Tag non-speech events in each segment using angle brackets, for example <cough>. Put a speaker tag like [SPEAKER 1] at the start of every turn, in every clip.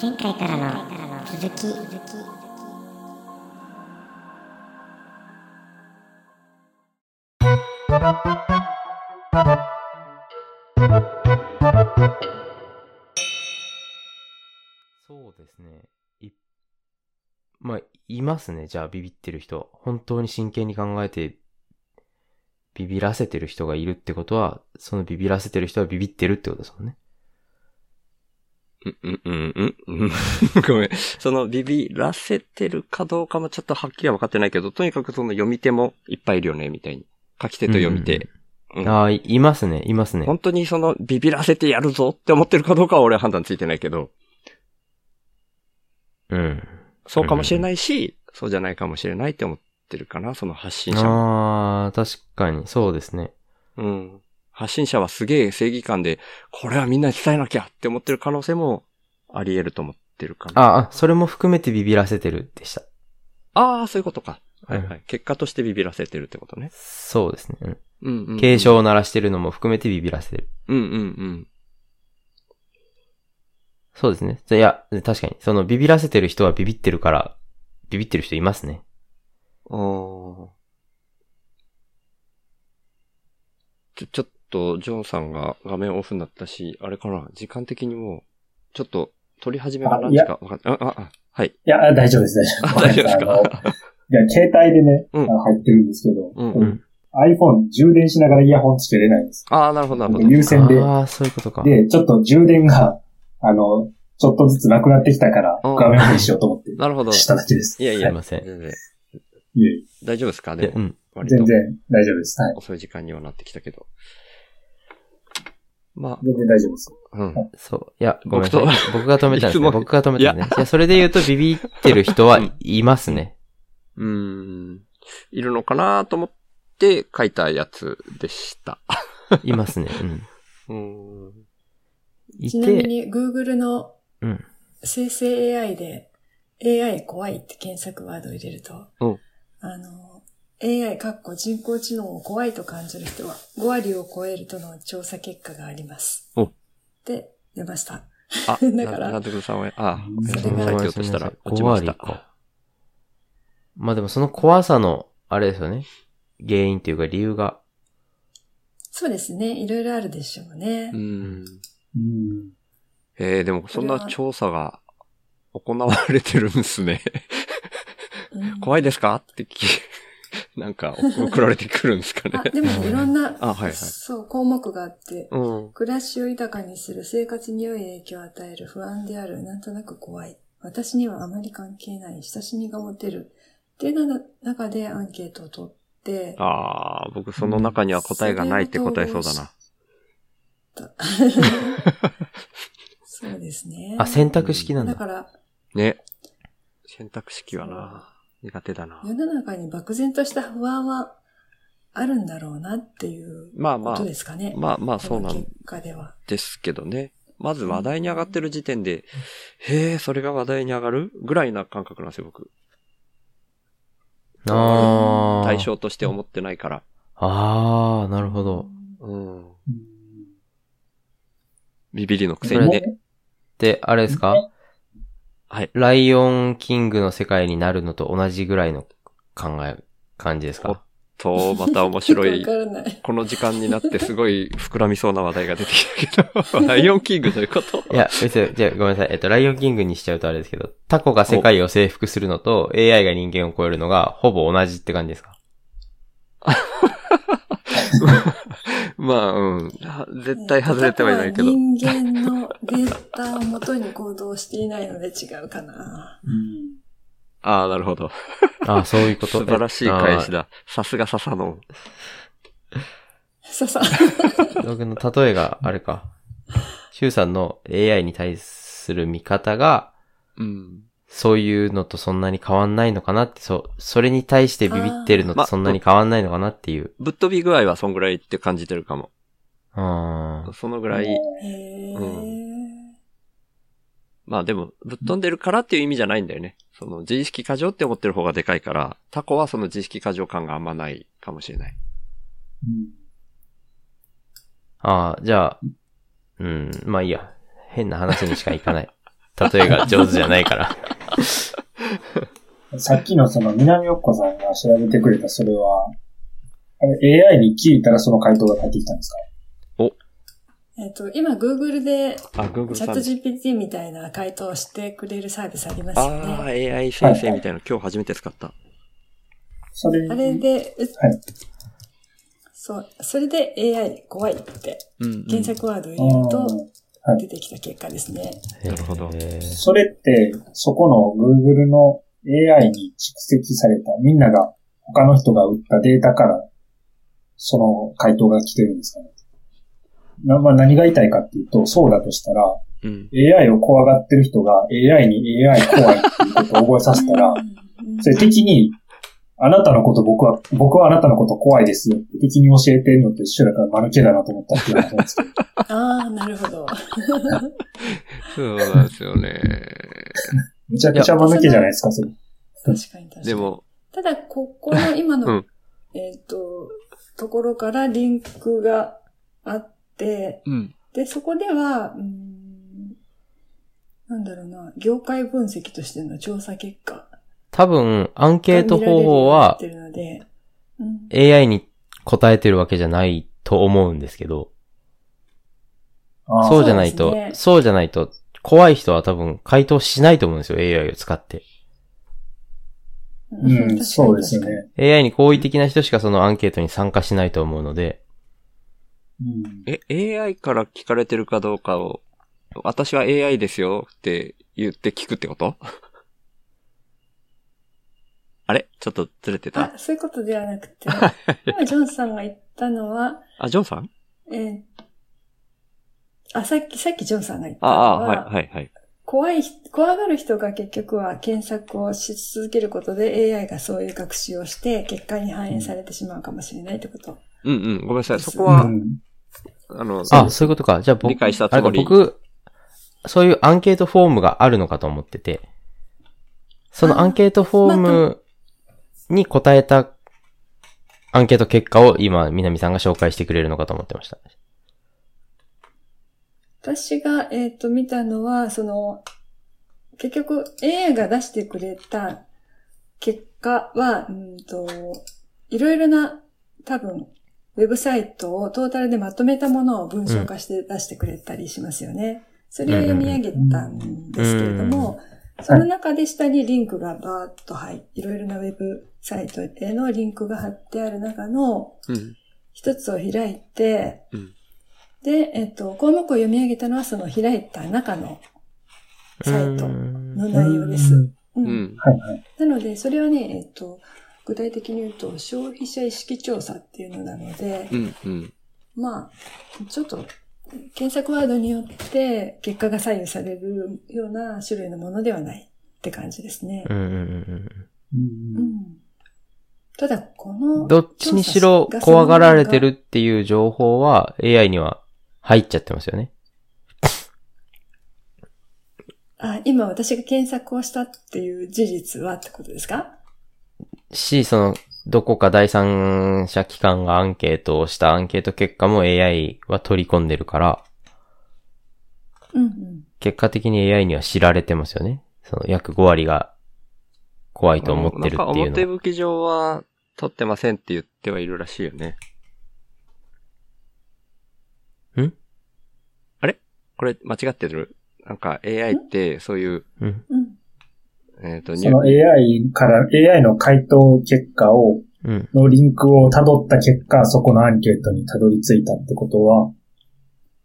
[SPEAKER 1] 前回からの続き
[SPEAKER 2] そうですね。い、まあ、いますね。じゃあ、ビビってる人。本当に真剣に考えて、ビビらせてる人がいるってことは、そのビビらせてる人はビビってるってことですもんね。
[SPEAKER 3] うん、うん、うん、うん。 <laughs> ごめん。そのビビらせてるかどうかもちょっとはっきりは分かってないけど、とにかくその読み手もいっぱいいるよね、みたいに。書き手と読み手。うん
[SPEAKER 2] ああ、いいますね。いますね。
[SPEAKER 3] 本当にそのビビらせてやるぞって思ってるかどうかは俺は判断ついてないけど、
[SPEAKER 2] うん。
[SPEAKER 3] そうかもしれないし、そうじゃないかもしれないって思ってるかな、その発信者も
[SPEAKER 2] ああ、確かに、そうですね。
[SPEAKER 3] うん。発信者はすげえ正義感で、これはみんなに伝えなきゃって思ってる可能性もあり得ると思ってるかな。
[SPEAKER 2] ああ、それも含めてビビらせてるでした。
[SPEAKER 3] ああ、そういうことか。はい
[SPEAKER 2] うん
[SPEAKER 3] はい。結果としてビビらせてるってことね。
[SPEAKER 2] そうですね。うん
[SPEAKER 3] うんうん、うん。
[SPEAKER 2] 警鐘を鳴らしてるのも含めてビビらせてる。
[SPEAKER 3] うんうんうん。
[SPEAKER 2] そうですね。いや、確かに、そのビビらせてる人はビビってるから、ビビってる人いますね。
[SPEAKER 3] おーちょ、ちょっと、ジョンさんが画面オフになったし、あれかな、時間的にもう、ちょっと、撮り始めが何時かわかんあ、あ、あ、はい。
[SPEAKER 4] いや、大丈夫です、
[SPEAKER 3] あ
[SPEAKER 4] 大丈夫
[SPEAKER 3] 大丈夫です
[SPEAKER 4] あの
[SPEAKER 3] か
[SPEAKER 4] いや、携帯でね、
[SPEAKER 3] うん
[SPEAKER 4] あの入ってるんですけど、
[SPEAKER 3] うん
[SPEAKER 2] うん
[SPEAKER 4] iPhone 充電しながらイヤホンつけれないんです。
[SPEAKER 3] ああ、なるほど、なるほど。
[SPEAKER 4] 優先で。
[SPEAKER 2] ああ、そういうことか。
[SPEAKER 4] で、ちょっと充電が、あの、ちょっとずつなくなってきたから、
[SPEAKER 3] うん
[SPEAKER 4] 画面オフにしようと思って、
[SPEAKER 3] なるほど。
[SPEAKER 4] しただけです。
[SPEAKER 3] いやい
[SPEAKER 2] すい
[SPEAKER 3] や、
[SPEAKER 2] ません。
[SPEAKER 3] 全然
[SPEAKER 4] いえい
[SPEAKER 3] 大丈夫ですか
[SPEAKER 2] で
[SPEAKER 3] で
[SPEAKER 2] う
[SPEAKER 3] も、
[SPEAKER 2] ん。
[SPEAKER 4] え
[SPEAKER 3] 割と
[SPEAKER 4] 全然大丈夫です。はい。
[SPEAKER 3] 遅い時間にはなってきたけど。ま
[SPEAKER 4] 全然大丈夫です。
[SPEAKER 3] あ、うん。
[SPEAKER 2] そう。いや、ごめんな
[SPEAKER 3] 僕
[SPEAKER 2] さ
[SPEAKER 3] と
[SPEAKER 2] い。僕が止めたんで
[SPEAKER 3] <laughs> いつ
[SPEAKER 2] すね。
[SPEAKER 3] も
[SPEAKER 2] 僕が止めたんですね。いや、それで言うとビビってる人は
[SPEAKER 3] うん
[SPEAKER 2] いますね。
[SPEAKER 3] うーん。いるのかなと思って書いたやつでした。
[SPEAKER 2] いますね。うん。
[SPEAKER 3] うーん。
[SPEAKER 2] い
[SPEAKER 5] ちなみ
[SPEAKER 2] て、
[SPEAKER 5] に Google の
[SPEAKER 2] うん
[SPEAKER 5] 生成 AI で AI 怖いって検索ワードを入れると、
[SPEAKER 3] うん
[SPEAKER 5] あの、AI かっこ人工知能を怖いと感じる人は5割を超えるとの調査結果があります。
[SPEAKER 3] お
[SPEAKER 5] で、出ました。
[SPEAKER 3] あ、
[SPEAKER 5] だから
[SPEAKER 3] ななんとかさんは、あ、
[SPEAKER 4] そ
[SPEAKER 3] 書
[SPEAKER 4] れ
[SPEAKER 3] い
[SPEAKER 4] が
[SPEAKER 3] てようとしたら落ち
[SPEAKER 2] 5
[SPEAKER 3] まし
[SPEAKER 2] 割
[SPEAKER 3] た。
[SPEAKER 2] か。まあでもその怖さの、あれですよね。原因というか理由が。
[SPEAKER 5] そうですね。いろいろあるでしょうね。
[SPEAKER 3] うーん。
[SPEAKER 4] うん。
[SPEAKER 3] えー、でもそんな調査が行われてるんですね。
[SPEAKER 5] うん
[SPEAKER 3] 怖いですかって聞き、 <laughs> なんか送られてくるんですか
[SPEAKER 5] あ
[SPEAKER 3] ね。
[SPEAKER 5] でもいろん
[SPEAKER 3] <laughs>
[SPEAKER 5] な、
[SPEAKER 3] あ、はいはい。
[SPEAKER 5] そう、項目があって、
[SPEAKER 3] うん。
[SPEAKER 5] 暮らしを豊かにする生活に良い影響を与える不安であるなんとなく怖い私にはあまり関係ない親しみが持てるっていうな中でアンケートを取って
[SPEAKER 3] ああ、僕その中には答えがないって答えそうだな。
[SPEAKER 5] そうですね
[SPEAKER 2] あ、選択式なん
[SPEAKER 5] だ
[SPEAKER 2] だ。
[SPEAKER 5] から
[SPEAKER 3] ね。選択肢はな、苦手だな。
[SPEAKER 5] 世の中に漠然とした不安はあるんだろうなっていう
[SPEAKER 3] まあま
[SPEAKER 5] こ
[SPEAKER 3] あ
[SPEAKER 5] と、ですかね、
[SPEAKER 3] まあまあ
[SPEAKER 5] こ
[SPEAKER 3] そう
[SPEAKER 5] の
[SPEAKER 3] なん
[SPEAKER 5] 結果では
[SPEAKER 3] ですけどね。まず話題に上がってる時点で、へえ、それが話題に上がるぐらいな感覚なんですよ、僕。
[SPEAKER 2] ああ。
[SPEAKER 3] 対象として思ってないから。
[SPEAKER 2] ああ、なるほど。
[SPEAKER 3] うん。ビビリのくせ
[SPEAKER 2] これ
[SPEAKER 3] に
[SPEAKER 2] ね
[SPEAKER 3] ね。
[SPEAKER 2] で、あれですか
[SPEAKER 3] はい。
[SPEAKER 2] ライオンキングの世界になるのと同じぐらいの考え、感じです
[SPEAKER 3] おっ
[SPEAKER 2] か
[SPEAKER 3] と、また面白い
[SPEAKER 5] <laughs> ちょ。っとわからない
[SPEAKER 3] この時間になってすごい膨らみそうな話題が出てきたけど。ライオンキングどういうこと
[SPEAKER 2] いや、別に、じゃあごめんなさい。えっと、ライオンキングにしちゃうとあれですけど、タコが世界を征服するのと AI が人間を超えるのがほぼ同じって感じですか
[SPEAKER 3] まあ、うん。は絶対外れてはいないけど。
[SPEAKER 5] 例えば人間のデータをもとに行動していないので違うかな。
[SPEAKER 4] うん
[SPEAKER 3] ああ、なるほど。
[SPEAKER 2] ああ、そういうこと。
[SPEAKER 3] 素晴らしい返し
[SPEAKER 2] だ。
[SPEAKER 3] だ。さすが笹野。
[SPEAKER 5] ささ、
[SPEAKER 2] 僕の例えがあれか。シュウさんの AI に対する見方が、
[SPEAKER 3] うん。
[SPEAKER 2] そういうのとそんなに変わんないのかなって、そう、それに対してビビってるの
[SPEAKER 3] あ
[SPEAKER 2] と
[SPEAKER 3] ー
[SPEAKER 2] そんなに変わんないのかなっていう。
[SPEAKER 3] ぶっ飛び具合はそんぐらいって感じてるかも。
[SPEAKER 2] あ
[SPEAKER 3] そのぐらい。
[SPEAKER 5] へー
[SPEAKER 3] うまあでも、ぶっ飛んでるからっていう意味じゃないんだよね。その、自意識過剰って思ってる方がでかいから、タコはその自意識過剰感があんまないかもしれない。
[SPEAKER 2] あ。ああ、じゃあ、うん、まあいいや。変な話にしかいかない。例えが上手じゃない <laughs> から。
[SPEAKER 4] さっきのその南おっこさんが調べてくれたそれは、あれ AI に聞いたらその回答が返ってきたんですか
[SPEAKER 5] えっと、今、Google で
[SPEAKER 3] あ、Google
[SPEAKER 5] チャット GPT みたいな回答をしてくれるサービスありますよ
[SPEAKER 3] ああ、
[SPEAKER 5] ね。
[SPEAKER 3] AI 先生みたいなの今日初めて使った。
[SPEAKER 4] それ
[SPEAKER 5] あれで、う
[SPEAKER 4] はい
[SPEAKER 5] そう、それで AI 怖いって
[SPEAKER 3] うん、うん
[SPEAKER 5] 検索ワードを
[SPEAKER 4] う
[SPEAKER 5] 入れると
[SPEAKER 4] んはい
[SPEAKER 5] 出てきた結果ですね。
[SPEAKER 3] なるほど
[SPEAKER 2] えー
[SPEAKER 4] それって、そこの Google の AI に蓄積された、みんなが、他の人が打ったデータから、その回答が来てるんですかね。なまあ、何が言いたいかっていうと、そうだとしたら、
[SPEAKER 3] うん。
[SPEAKER 4] AI を怖がってる人が AI に AI 怖いっていうことを覚えさせた
[SPEAKER 5] <laughs>
[SPEAKER 4] ら
[SPEAKER 5] う、ん
[SPEAKER 4] それ敵に、あなたのこと僕は、僕はあなたのこと怖いですよって敵に教えてるのと一緒だから間抜けだなと思ったっていう話なんですけど。
[SPEAKER 5] ああ、なる
[SPEAKER 4] <laughs>
[SPEAKER 5] ほど。
[SPEAKER 3] そうなんですよね。
[SPEAKER 4] めちゃくちゃ間抜けじゃないですか、それ。
[SPEAKER 5] 確かに確かに。
[SPEAKER 3] でも、
[SPEAKER 5] ただ、ここの今の、
[SPEAKER 3] うん
[SPEAKER 5] えっ、と、ところからリンクがあって、
[SPEAKER 3] うん。
[SPEAKER 5] で、そこでは、うーんなんだろうな、業界分析としての調査結果
[SPEAKER 2] 多分、アンケート
[SPEAKER 5] が見ら
[SPEAKER 2] 方
[SPEAKER 5] れるよう
[SPEAKER 2] 法
[SPEAKER 5] にな
[SPEAKER 2] は
[SPEAKER 5] ってるので、うん、
[SPEAKER 2] AI に答えてるわけじゃないと思うんですけど、
[SPEAKER 4] あ
[SPEAKER 2] そうじゃないと、
[SPEAKER 5] そ
[SPEAKER 2] そ
[SPEAKER 5] う
[SPEAKER 2] う,、
[SPEAKER 5] ですね
[SPEAKER 2] じゃないと、怖い人は多分回答しないと思うんですよ、AI を使って。
[SPEAKER 4] う
[SPEAKER 5] 確か
[SPEAKER 4] ん、
[SPEAKER 5] に
[SPEAKER 4] そうですよね。。
[SPEAKER 2] AI に好意的な人しかそのアンケートに参加しないと思うので、
[SPEAKER 4] うん
[SPEAKER 3] え、AI から聞かれてるかどうかを、私は AI ですよって言って聞くってこと <laughs> あれちょっとずれて
[SPEAKER 5] あ
[SPEAKER 3] た、
[SPEAKER 5] そういうことではな
[SPEAKER 3] <laughs>
[SPEAKER 5] くて、今、ジョンさんが言ったのは、
[SPEAKER 3] あ、ジョンさん
[SPEAKER 5] えーあ、さっき、さっきジョンさんが言った
[SPEAKER 3] あ
[SPEAKER 5] の
[SPEAKER 3] あ、
[SPEAKER 5] は、
[SPEAKER 3] はい、はい、はい。
[SPEAKER 5] 怖い人、怖がる人が結局は検索をし続けることで AI がそういう学習をして結果に反映されてしまうかもしれないってこと。
[SPEAKER 3] うんうん、ごめんなさい。そこ
[SPEAKER 5] う
[SPEAKER 3] は、
[SPEAKER 4] うん
[SPEAKER 3] あの、
[SPEAKER 2] あ、そういうことか。じゃあ僕
[SPEAKER 3] 理、解した
[SPEAKER 2] あ
[SPEAKER 3] つ
[SPEAKER 2] れ
[SPEAKER 3] も
[SPEAKER 2] か
[SPEAKER 3] り。
[SPEAKER 2] 僕、そういうアンケートフォームがあるのかと思ってて、そのアンケートフォームに答えたアンケート結果を今、南さんが紹介してくれるのかと思ってました。
[SPEAKER 5] 私が、えっ、と、見たのは、その、結局 AI が出してくれた結果は、うんと、いろいろな多分、ウェブサイトをトータルでまとめたものを文章化して出してくれたりしますよね。それを読み上げたんですけれども、その中で下にリンクがバーッと入って、いろいろなウェブサイトへのリンクが貼ってある中の
[SPEAKER 3] うん。
[SPEAKER 5] 一つを開いて、
[SPEAKER 3] うん
[SPEAKER 5] で、えっと、項目を読み上げたのはその開いた中のサイト
[SPEAKER 2] うー
[SPEAKER 5] の
[SPEAKER 2] ん
[SPEAKER 5] 内容です。う
[SPEAKER 3] うんん。
[SPEAKER 4] はいはい。
[SPEAKER 5] なので、それはね、えっと、具体的に言うと消費者意識調査っていうのなので、
[SPEAKER 3] うん。うん。
[SPEAKER 5] まあ、ちょっと、検索ワードによって結果が左右されるような種類のものではないって感じですね。
[SPEAKER 2] うんうんうん
[SPEAKER 4] うん
[SPEAKER 5] う
[SPEAKER 4] うん
[SPEAKER 5] んただ、こ
[SPEAKER 2] う
[SPEAKER 5] の
[SPEAKER 2] ん、どっちにしろ怖がられてるっていう情報は AI には入っちゃってますよね。
[SPEAKER 5] あ、今私が検索をしたっていう事実はってことですか
[SPEAKER 2] し、その、どこか第三者機関がアンケートをしたアンケート結果も AI は取り込んでるから、
[SPEAKER 5] うんうん。
[SPEAKER 2] 結果的に AI には知られてますよね。その約5割が怖いと思ってる
[SPEAKER 3] なん
[SPEAKER 2] っ
[SPEAKER 3] か
[SPEAKER 2] ていう
[SPEAKER 3] 表
[SPEAKER 2] の。
[SPEAKER 3] 向き上は、撮ってませんって言ってはいるらしいよね。
[SPEAKER 2] ん
[SPEAKER 3] あれこれ間違ってるなんか AI って、そういう、
[SPEAKER 2] うん。
[SPEAKER 5] うん。
[SPEAKER 3] えっ、と、
[SPEAKER 4] その AI から、AI の回答結果を、
[SPEAKER 2] うん。
[SPEAKER 4] のリンクを辿った結果、そこのアンケートに辿り着いたってことは、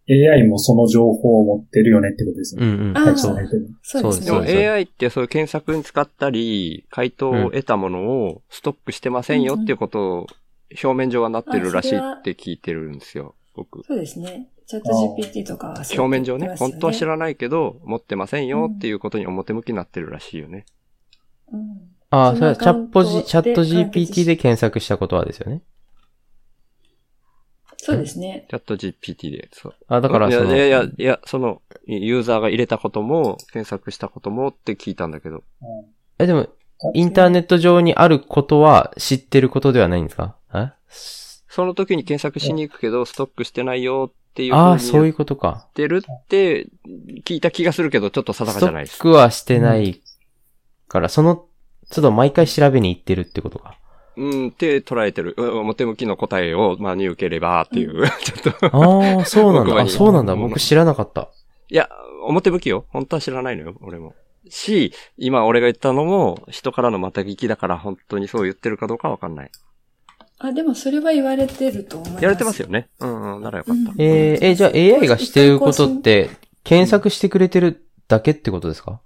[SPEAKER 4] AI もその情報を持ってるよねってことです
[SPEAKER 2] う
[SPEAKER 4] ね。
[SPEAKER 2] んうん。
[SPEAKER 5] あ
[SPEAKER 4] はいそうですね
[SPEAKER 5] そうですね。
[SPEAKER 3] でも
[SPEAKER 2] そうです
[SPEAKER 3] AI ってそういう検索に使ったり、回答を得たものをストックしてませんよっていうことを表面上はなってるらしいって聞いてるんですよ、僕。
[SPEAKER 5] そうですね。チャット GPT とかはそう
[SPEAKER 3] 表面上
[SPEAKER 5] 言
[SPEAKER 3] ね、
[SPEAKER 5] ってますよ
[SPEAKER 3] 本当は知らないけど、持ってませんよっていうことに表向きになってるらしいよね。
[SPEAKER 5] うん。
[SPEAKER 2] ああ、
[SPEAKER 5] そ
[SPEAKER 2] そ
[SPEAKER 5] の
[SPEAKER 2] れ
[SPEAKER 5] ア
[SPEAKER 2] はチ
[SPEAKER 5] カ
[SPEAKER 2] ャ
[SPEAKER 5] ウン
[SPEAKER 2] ッ
[SPEAKER 5] ト
[SPEAKER 2] ト
[SPEAKER 5] で
[SPEAKER 2] G、チャット GPT で検索したことはですよね。
[SPEAKER 5] そうですね。
[SPEAKER 3] チャット GPT で、そう。
[SPEAKER 2] あだから
[SPEAKER 3] い
[SPEAKER 2] そ
[SPEAKER 3] や、
[SPEAKER 2] の、
[SPEAKER 3] いやいや、いや、その、ユーザーが入れたことも、検索したこともって聞いたんだけど。
[SPEAKER 2] え、でも、インターネット上にあることは知ってることではないんですかえ
[SPEAKER 3] その時に検索しに行くけど、ストックしてないよっっていう
[SPEAKER 2] ああ、
[SPEAKER 3] 風
[SPEAKER 2] そう
[SPEAKER 3] に
[SPEAKER 2] い
[SPEAKER 3] 言
[SPEAKER 2] うことか。
[SPEAKER 3] ってるって聞いた気がするけど、ちょっと定か
[SPEAKER 2] スト
[SPEAKER 3] じゃないで
[SPEAKER 2] ッ
[SPEAKER 3] す。
[SPEAKER 2] クはしてないから、その都度毎回調べに行ってるってことか。
[SPEAKER 3] うん、って捉えてる。うん表向きの答えを真に受ければっていう、 <laughs> ちょっと。
[SPEAKER 2] ああ、そうなん
[SPEAKER 3] 僕
[SPEAKER 2] だ。
[SPEAKER 3] は
[SPEAKER 2] あそうなんだ。
[SPEAKER 3] もう
[SPEAKER 2] 僕知らなかった。
[SPEAKER 3] いや、表向きよ。本当は知らないのよ、俺も。し、今俺が言ったのも、人からのまた聞きだから、本当にそう言ってるかどうかわかんない。
[SPEAKER 5] あ、でもそれは言われてると思います。
[SPEAKER 3] やれてますよね。うんうん、ならよかった。
[SPEAKER 5] うん
[SPEAKER 2] えー、えーじゃあ AI がしてることって、検索してくれてるだけってことですか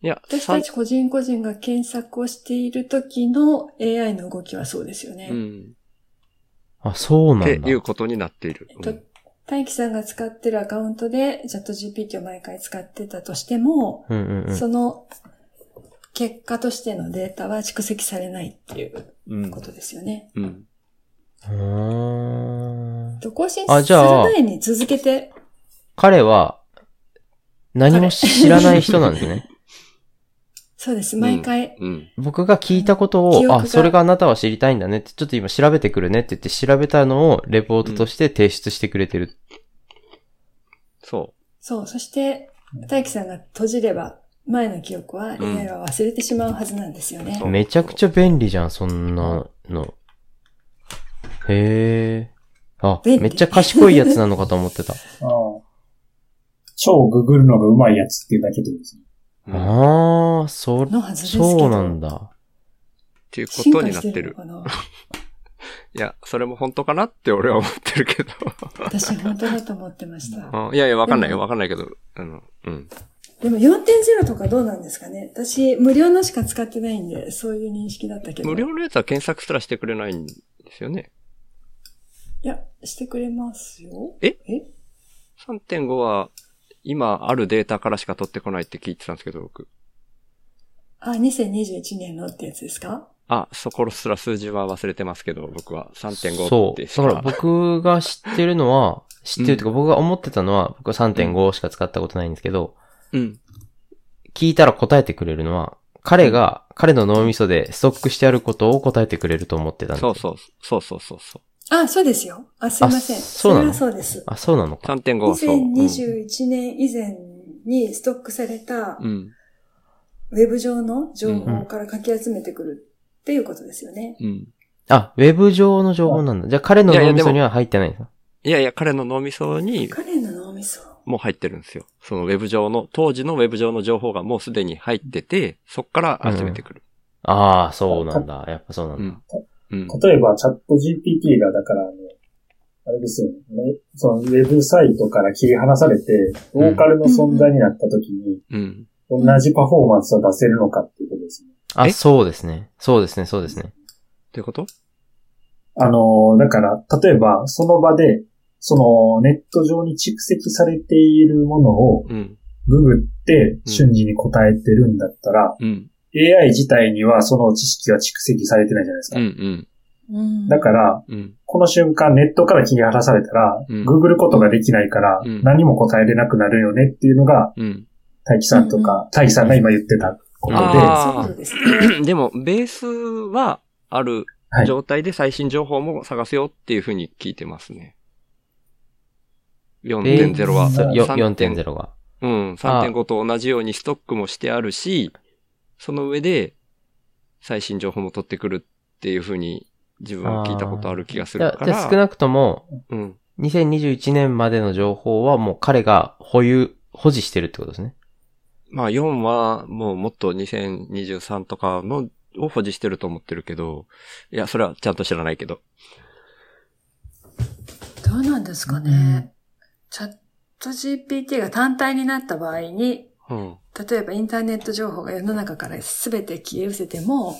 [SPEAKER 3] いや、
[SPEAKER 5] 私
[SPEAKER 3] さ
[SPEAKER 5] たち個人個人が検索をしている時の AI の動きはそうですよね。
[SPEAKER 3] うん。
[SPEAKER 2] あ、そう
[SPEAKER 3] っ
[SPEAKER 2] な
[SPEAKER 3] て
[SPEAKER 2] んだ
[SPEAKER 3] い。うことになっている。
[SPEAKER 5] えっと、大輝さんが使ってるアカウントで、チャット GPT を毎回使ってたとしても、
[SPEAKER 2] うんうんうん。
[SPEAKER 5] その結果としてのデータは蓄積されないっていう
[SPEAKER 3] うん。
[SPEAKER 5] ことですよね。
[SPEAKER 3] うん。
[SPEAKER 2] うーん
[SPEAKER 5] と更新
[SPEAKER 2] あ
[SPEAKER 5] す
[SPEAKER 2] じ
[SPEAKER 5] る
[SPEAKER 2] ゃあ
[SPEAKER 5] 前に続けて、
[SPEAKER 2] 彼は、何も知らない人なんですね。
[SPEAKER 5] そうです、毎回。
[SPEAKER 3] うん。
[SPEAKER 2] 僕が聞いたこと
[SPEAKER 5] 記憶
[SPEAKER 2] を、
[SPEAKER 5] が
[SPEAKER 2] あ、それがあなたは知りたいんだねって、ちょっと今調べてくるねって言って調べたのをレポートとして提出してくれてる。
[SPEAKER 3] そ
[SPEAKER 5] そう、そして、大輝さんが閉じれば、前の記憶は AI は忘れてしまうはずなんですよね。
[SPEAKER 3] うん
[SPEAKER 2] めちゃくちゃ便利じゃん、そんなの。へえ。あ、
[SPEAKER 5] 便利
[SPEAKER 2] めっちゃ賢いやつなのかと思ってた。
[SPEAKER 4] ああ超ググるのがうまいやつっていうだけでですね。
[SPEAKER 3] う。うんっ
[SPEAKER 2] ああ、そ、
[SPEAKER 5] のはずですけど。
[SPEAKER 2] そうなんだ。
[SPEAKER 3] ていうこ
[SPEAKER 5] 進
[SPEAKER 3] と
[SPEAKER 5] 化
[SPEAKER 3] にな
[SPEAKER 5] し
[SPEAKER 3] ってて
[SPEAKER 5] る
[SPEAKER 3] る
[SPEAKER 5] の。かな
[SPEAKER 3] いや、それも本当かなって俺は思ってるけ
[SPEAKER 5] <laughs>
[SPEAKER 3] ど。
[SPEAKER 5] 私本当だと思ってました。
[SPEAKER 2] <laughs>
[SPEAKER 3] うんいやいや、わかんないよ。
[SPEAKER 5] でも
[SPEAKER 3] わかんないけど。あの、うん。
[SPEAKER 5] でも4.0とかどうなんですかね私、無料のしか使ってないんで、そういう認識だったけど。
[SPEAKER 3] 無料のやつは検索すらしてくれないんですよね。
[SPEAKER 5] いや、してくれますよ。
[SPEAKER 3] え
[SPEAKER 5] え
[SPEAKER 3] 3.5は、今あるデータからしか取ってこないって聞いてたんですけど、僕。
[SPEAKER 5] あ、2021年のってやつですか
[SPEAKER 3] あ、そこすら数字は忘れてますけど、僕は3.5
[SPEAKER 2] そ
[SPEAKER 3] っ
[SPEAKER 2] う。
[SPEAKER 3] て
[SPEAKER 2] だ
[SPEAKER 3] し
[SPEAKER 2] から
[SPEAKER 3] か。
[SPEAKER 2] 僕が知ってるのは、知ってるというか僕が思ってたのは、僕は3.5しか使ったことないんですけど、
[SPEAKER 3] うん。
[SPEAKER 2] 聞いたら答えてくれるのは、彼が、彼の脳みそでストックしてあることを答えてくれると思ってたんです
[SPEAKER 3] そ
[SPEAKER 2] よ
[SPEAKER 3] うそう、そうそうそうそ
[SPEAKER 5] あ、そうですよ。あ、すいません。
[SPEAKER 2] あそうなの
[SPEAKER 5] それはそうです。
[SPEAKER 2] あ、そうなの
[SPEAKER 3] う。
[SPEAKER 2] か。
[SPEAKER 3] 3.5はそう。うん
[SPEAKER 5] 2021年以前にストックされた
[SPEAKER 3] うん。
[SPEAKER 5] ウェブ上の情報からかき集めてくるっていうことですよね。
[SPEAKER 3] うん。
[SPEAKER 2] あ、ウェブ上の情報なんだ。じゃあ彼の
[SPEAKER 3] いやいや
[SPEAKER 2] 脳みそには入ってないんですか
[SPEAKER 3] いやいや、彼の脳みそに
[SPEAKER 5] 彼の脳みそ。
[SPEAKER 3] もう入ってるんですよ。そのウェブ上の、当時のウェブ上の情報がもうすでに入ってて、そっから集めてくる。
[SPEAKER 2] ああ、そうなんだ。やっぱそうなん
[SPEAKER 3] う
[SPEAKER 2] だ。
[SPEAKER 3] ん。うん。
[SPEAKER 4] 例えば、チャット GPT が、だから、あの、あれですよね。そのウェブサイトから切り離されて、ローカルの存在になった時に、
[SPEAKER 3] うん。
[SPEAKER 4] 同
[SPEAKER 5] ん
[SPEAKER 4] じパフォーマンスを出せるのかっていうことですね。
[SPEAKER 2] あ、
[SPEAKER 3] え
[SPEAKER 2] そうですね。そうですね、そうですね。
[SPEAKER 3] ってこと
[SPEAKER 4] あの、だから、例えば、その場で、その、ネット上に蓄積されているものを
[SPEAKER 3] うん。
[SPEAKER 4] ググって瞬時に答えてるんだったら、
[SPEAKER 3] うん。
[SPEAKER 4] AI 自体にはその知識は蓄積されてないじゃないです
[SPEAKER 3] う
[SPEAKER 4] か。
[SPEAKER 3] ん。
[SPEAKER 5] うん
[SPEAKER 4] だから、
[SPEAKER 3] うん。うん。
[SPEAKER 4] この瞬間ネットから切り離されたら、
[SPEAKER 3] うん
[SPEAKER 4] ググることができないから
[SPEAKER 3] うん、
[SPEAKER 4] 何も答えれなくなるよねっていうのが、
[SPEAKER 3] うん。
[SPEAKER 4] 大輝さんと
[SPEAKER 5] うん
[SPEAKER 4] か、大輝さんが今言ってたことで、
[SPEAKER 3] あ
[SPEAKER 5] そういうことです
[SPEAKER 3] <clears throat>
[SPEAKER 5] ね。
[SPEAKER 3] でも、ベースはある状態で最新情報も探せよっていうふうに聞いてますね。4.0は。
[SPEAKER 4] えー
[SPEAKER 2] よ
[SPEAKER 3] 3.5
[SPEAKER 2] 4.0が。
[SPEAKER 3] うん、3.5と同じようにストックもしてあるし、その上で最新情報も取ってくるっていうふうに自分は聞いたことある気がす
[SPEAKER 2] いや
[SPEAKER 3] るか
[SPEAKER 2] じゃ
[SPEAKER 3] ら。
[SPEAKER 2] あ少なくとも、
[SPEAKER 3] うん。
[SPEAKER 2] 2021年までの情報はもう彼が保有、保持してるってことですね。
[SPEAKER 3] まあ4はもうもっと2023とかのを保持してると思ってるけど、いや、それはちゃんと知らないけど。
[SPEAKER 5] どうなんですかね。チャット GPT が単体になった場合に、
[SPEAKER 3] うん。
[SPEAKER 5] 例えばインターネット情報が世の中から全て消え失せても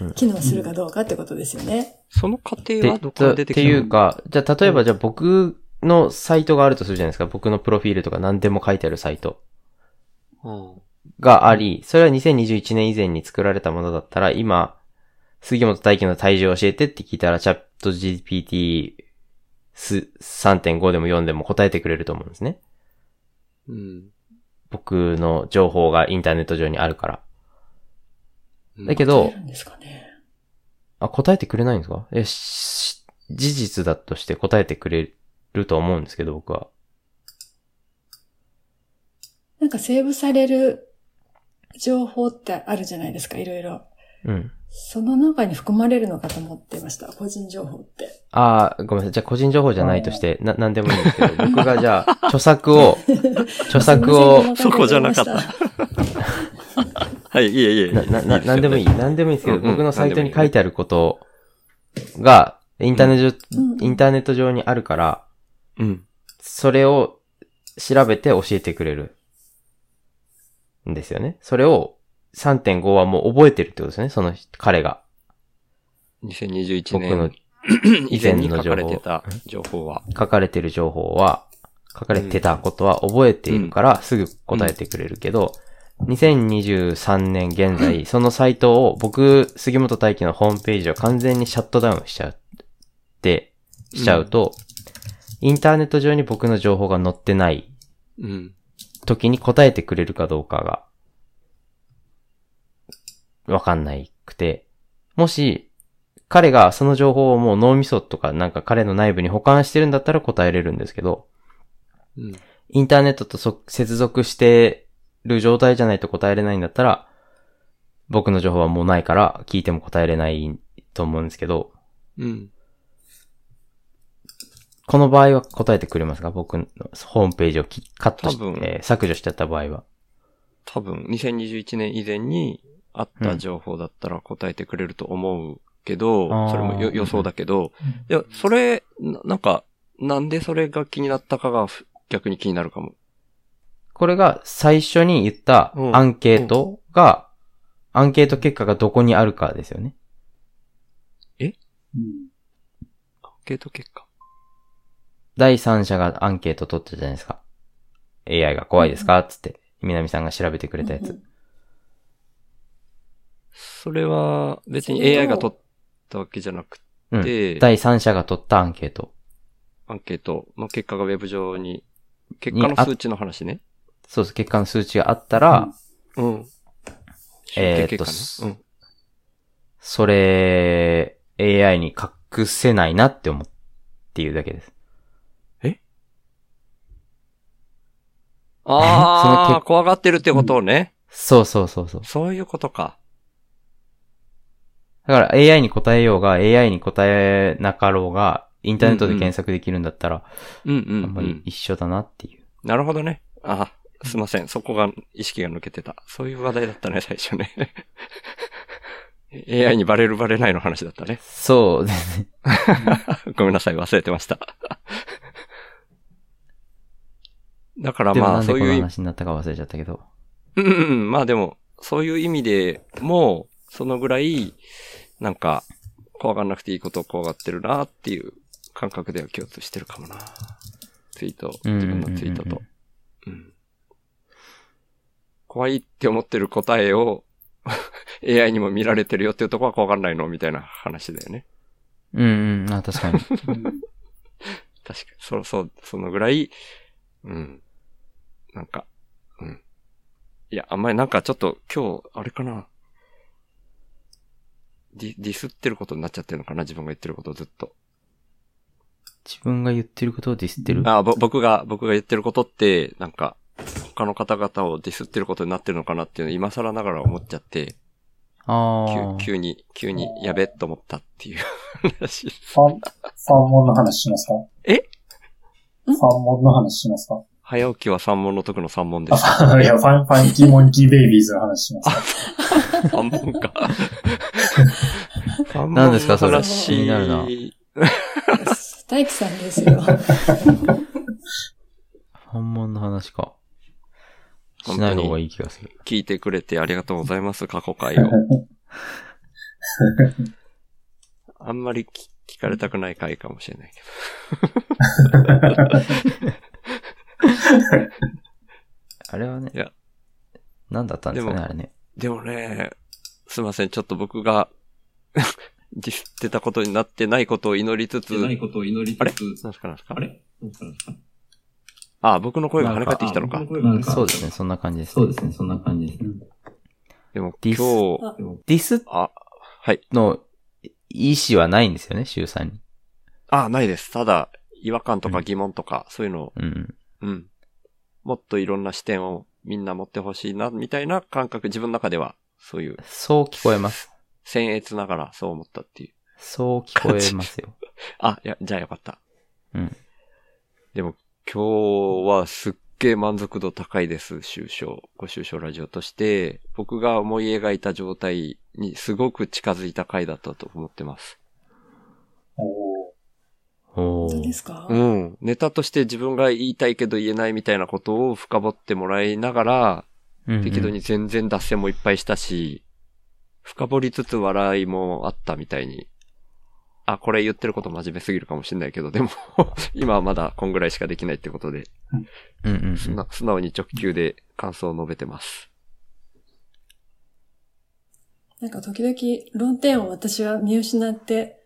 [SPEAKER 2] うん、
[SPEAKER 5] 機能するかどうかってことですよね。
[SPEAKER 3] その過程
[SPEAKER 2] で
[SPEAKER 3] はどっから出てき
[SPEAKER 2] って
[SPEAKER 3] た
[SPEAKER 2] い
[SPEAKER 3] の
[SPEAKER 2] うか、じゃあ例えばじゃあ僕のサイトがあるとするじゃないですか。僕のプロフィールとか何でも書いてあるサイト
[SPEAKER 3] うん。
[SPEAKER 2] があり、それは2021年以前に作られたものだったら、今、杉本大輝の体重を教えてって聞いたら、チャット GPT す3.5でも4でも答えてくれると思うんですね。
[SPEAKER 3] うん。
[SPEAKER 2] 僕の情報がインターネット上にあるから。
[SPEAKER 3] うん
[SPEAKER 2] だけ
[SPEAKER 5] どう
[SPEAKER 2] ど
[SPEAKER 5] な、んですかね。
[SPEAKER 2] あ、答えてくれないんですかえ、し、事実だとして答えてくれると思うんですけど、僕は。
[SPEAKER 5] なんかセーブされる情報ってあるじゃないですか、いろいろ。
[SPEAKER 2] うん。
[SPEAKER 5] その中に含まれるのかと思ってました、個人情報って。
[SPEAKER 2] ああ、ごめんなさい。じゃあ個人情報じゃないとして、な、なんでもいいんですけど、僕がじゃあ、著作
[SPEAKER 5] <laughs>
[SPEAKER 2] を、著作を、
[SPEAKER 3] そこじゃなかった。はい、いえいえ。
[SPEAKER 2] な、な、な、なんでもいい。
[SPEAKER 3] すよ
[SPEAKER 2] なんでもいいんですけど、
[SPEAKER 3] うんうん
[SPEAKER 2] 僕のサイトに書いてあることが、インターネット上、
[SPEAKER 5] うん
[SPEAKER 2] インターネット上にあるから、
[SPEAKER 3] うん。
[SPEAKER 2] それを調べて教えてくれる。んですよね。それを3.5はもう覚えてるってことですよね。その彼が。
[SPEAKER 3] 2021
[SPEAKER 2] 僕の
[SPEAKER 3] 年以前に書かれてた情報は。
[SPEAKER 2] 書かれてる情報は、書かれてたことは覚えているからすぐ答えてくれるけど、2023年現在、そのサイトを僕、杉本大輝のホームページを完全にシャットダウンしちゃって、しちゃうと、インターネット上に僕の情報が載ってない
[SPEAKER 3] うん。
[SPEAKER 2] 時に答えてくれるかどうかが、わかんないくて、もし、彼がその情報をもう脳みそとかなんか彼の内部に保管してるんだったら答えれるんですけど、
[SPEAKER 3] うん。
[SPEAKER 2] インターネットとそ接続してる状態じゃないと答えれないんだったら、僕の情報はもうないから聞いても答えれないと思うんですけど、
[SPEAKER 3] うん。
[SPEAKER 2] この場合は答えてくれますか僕のホームページをきカットし
[SPEAKER 3] 多分
[SPEAKER 2] えー削除しちゃった場合は。
[SPEAKER 3] 多分、2021年以前にあった情報だったら答えてくれると思うけど、
[SPEAKER 2] あー
[SPEAKER 3] それもよ予想だけど、
[SPEAKER 4] う
[SPEAKER 3] いや、それ、ななんか、なんでそれが気になったかがふ逆に気になるかも。
[SPEAKER 2] これが最初に言った
[SPEAKER 3] うん
[SPEAKER 2] アンケートが、アンケート結果がどこにあるかですよね。
[SPEAKER 4] ん。
[SPEAKER 3] アンケート結果。
[SPEAKER 2] 第三者がアンケート取ったじゃないですか。AI が怖いですかつって、南さんが調べてくれたや
[SPEAKER 5] う
[SPEAKER 2] つ
[SPEAKER 5] ん。
[SPEAKER 3] それは、別に
[SPEAKER 5] それを
[SPEAKER 3] AI が取ったわけじゃなく
[SPEAKER 2] うん
[SPEAKER 3] て、
[SPEAKER 2] 第三者が取ったアンケート。
[SPEAKER 3] アンケートの結果がウェブ上に、結果の数値の話ね。
[SPEAKER 2] そうです。結果の数値があったら、
[SPEAKER 4] うん
[SPEAKER 3] うん。
[SPEAKER 2] えーっと
[SPEAKER 3] 集計結果ね。
[SPEAKER 2] それ、AI に隠せないなって思っていうだけです。
[SPEAKER 3] うん。
[SPEAKER 2] <laughs>
[SPEAKER 3] あ
[SPEAKER 2] その
[SPEAKER 3] あ、
[SPEAKER 2] 結
[SPEAKER 3] 怖がってるってことをね。
[SPEAKER 2] そうそうそうそう。
[SPEAKER 3] そういうことか。
[SPEAKER 2] だから AI に答えようが、AI に答えなかろうが、インターネットで検索できるんだったら、
[SPEAKER 3] うんうん、
[SPEAKER 2] あんまり一緒だなっていう。
[SPEAKER 3] なるほどね。あ、すいません。そこが、意識が抜けてた。そういう話題だったね、最初ね。AI にバレるバレないの話だった
[SPEAKER 2] <laughs>
[SPEAKER 3] ね。
[SPEAKER 2] そうですね。
[SPEAKER 3] ごめんなさい、忘れて
[SPEAKER 2] <laughs>
[SPEAKER 3] ました。だから
[SPEAKER 2] でも
[SPEAKER 3] ま
[SPEAKER 2] な
[SPEAKER 3] あ、
[SPEAKER 2] んで
[SPEAKER 3] そ
[SPEAKER 2] こ
[SPEAKER 3] う
[SPEAKER 2] の
[SPEAKER 3] いう、
[SPEAKER 2] 話になったか忘れちゃったけど。
[SPEAKER 3] うんうんうん、まあでも、そういう意味でもう、そのぐらい、なんか、怖がんなくていいことを怖がってるなっていう感覚では共通してるかもな。ツイート、
[SPEAKER 2] うんうん
[SPEAKER 3] 自
[SPEAKER 2] うんうん
[SPEAKER 3] 分のツイートと。うん怖いって思ってる答えを <laughs> AI にも見られてるよっていうとこは怖がんないのみたいな話だよね。
[SPEAKER 2] うんうん、あ、確
[SPEAKER 3] <laughs>
[SPEAKER 2] かに。
[SPEAKER 4] う
[SPEAKER 3] 確
[SPEAKER 4] ん
[SPEAKER 3] かに。そうそう、そのぐらい、うん。なんか、うん。いや、あんまりなんかちょっと今日、あれかな。ディディスってることになっちゃってるのかな自分が言ってることをずっと。
[SPEAKER 2] 自分が言ってることをディスってる。
[SPEAKER 3] あぼ、僕が、僕が言ってることって、なんか、他の方々をディスってることになってるのかなっていうのを今更ながら思っちゃって、
[SPEAKER 2] あ
[SPEAKER 3] 急
[SPEAKER 2] ー
[SPEAKER 3] 急に、急にやべっと思ったっていう話です。
[SPEAKER 4] ファン、ファンモンの話しますか
[SPEAKER 3] え
[SPEAKER 4] ファンモンの話しますか
[SPEAKER 3] 早起きは三問の時の三
[SPEAKER 2] <laughs>
[SPEAKER 3] 問です。
[SPEAKER 4] いや、ファン、ファンキーモンキーベイビーズの話しますか
[SPEAKER 3] 三問か。三問
[SPEAKER 2] 何ですかそれ
[SPEAKER 3] の話
[SPEAKER 2] 気になるな
[SPEAKER 5] 大輝さんですよ。
[SPEAKER 2] 本物の話か。しない方がいい気がする。
[SPEAKER 3] 聞いてくれてありがとうございます、過去回を。あんまりき聞かれたくない回かもしれないけ
[SPEAKER 2] あれはね。
[SPEAKER 3] いや
[SPEAKER 2] 何だったんですかね、
[SPEAKER 3] でも
[SPEAKER 2] あれね。
[SPEAKER 3] ど。でもね、すいません、ちょっと僕がディスってたことになってないことを祈りつつ、
[SPEAKER 6] ないことを祈り
[SPEAKER 3] あれ
[SPEAKER 6] つつ、
[SPEAKER 3] なんすかなんすか
[SPEAKER 6] あれどうしたんですか
[SPEAKER 3] あ僕の声が跳ね返ってきたのか。
[SPEAKER 6] なん
[SPEAKER 2] そうですね、。そんな感じです
[SPEAKER 6] そ
[SPEAKER 2] ね、
[SPEAKER 6] うですね、そんな感じですね。
[SPEAKER 3] でも
[SPEAKER 2] ディ
[SPEAKER 3] 今
[SPEAKER 2] ス
[SPEAKER 3] 日、
[SPEAKER 2] ディス
[SPEAKER 3] あ、はい。
[SPEAKER 2] の意思はないんですよね、周さんに。
[SPEAKER 3] あ、ないです。ただ、違和感とか疑問とか、そういうのを、
[SPEAKER 7] うん。
[SPEAKER 3] うん。もっといろんな視点をみんな持ってほしいな、みたいな感覚、自分の中では、そういう、
[SPEAKER 2] そう聞こえます。
[SPEAKER 3] 僭越ながらそう思ったっていう。
[SPEAKER 2] そう聞こえます
[SPEAKER 3] <laughs>
[SPEAKER 2] よ。
[SPEAKER 3] あ、いや、じゃあよかった。
[SPEAKER 7] うん。
[SPEAKER 3] でも、今日はすっげえ満足度高いです、終章。ご終章ラジオとして、僕が思い描いた状態にすごく近づいた回だったと思ってます。
[SPEAKER 4] <laughs> おー
[SPEAKER 2] お
[SPEAKER 5] 本当で
[SPEAKER 2] ー
[SPEAKER 5] すか、
[SPEAKER 3] うん。ネタとして自分が言いたいけど言えないみたいなことを深掘ってもらいなが
[SPEAKER 2] うんう
[SPEAKER 3] ら、
[SPEAKER 2] ん
[SPEAKER 3] 適度に全然脱線もいっぱいしたし、深掘りつつ笑いもあったみたいに。あ、これ言ってること真面目すぎるかもしれないけど、でも、 <laughs> 今はまだこんぐらいしかできないってことで、
[SPEAKER 7] うんうん
[SPEAKER 3] 素直素直に直球で感想を述べてます。
[SPEAKER 5] なんか時々論点を私は見失って、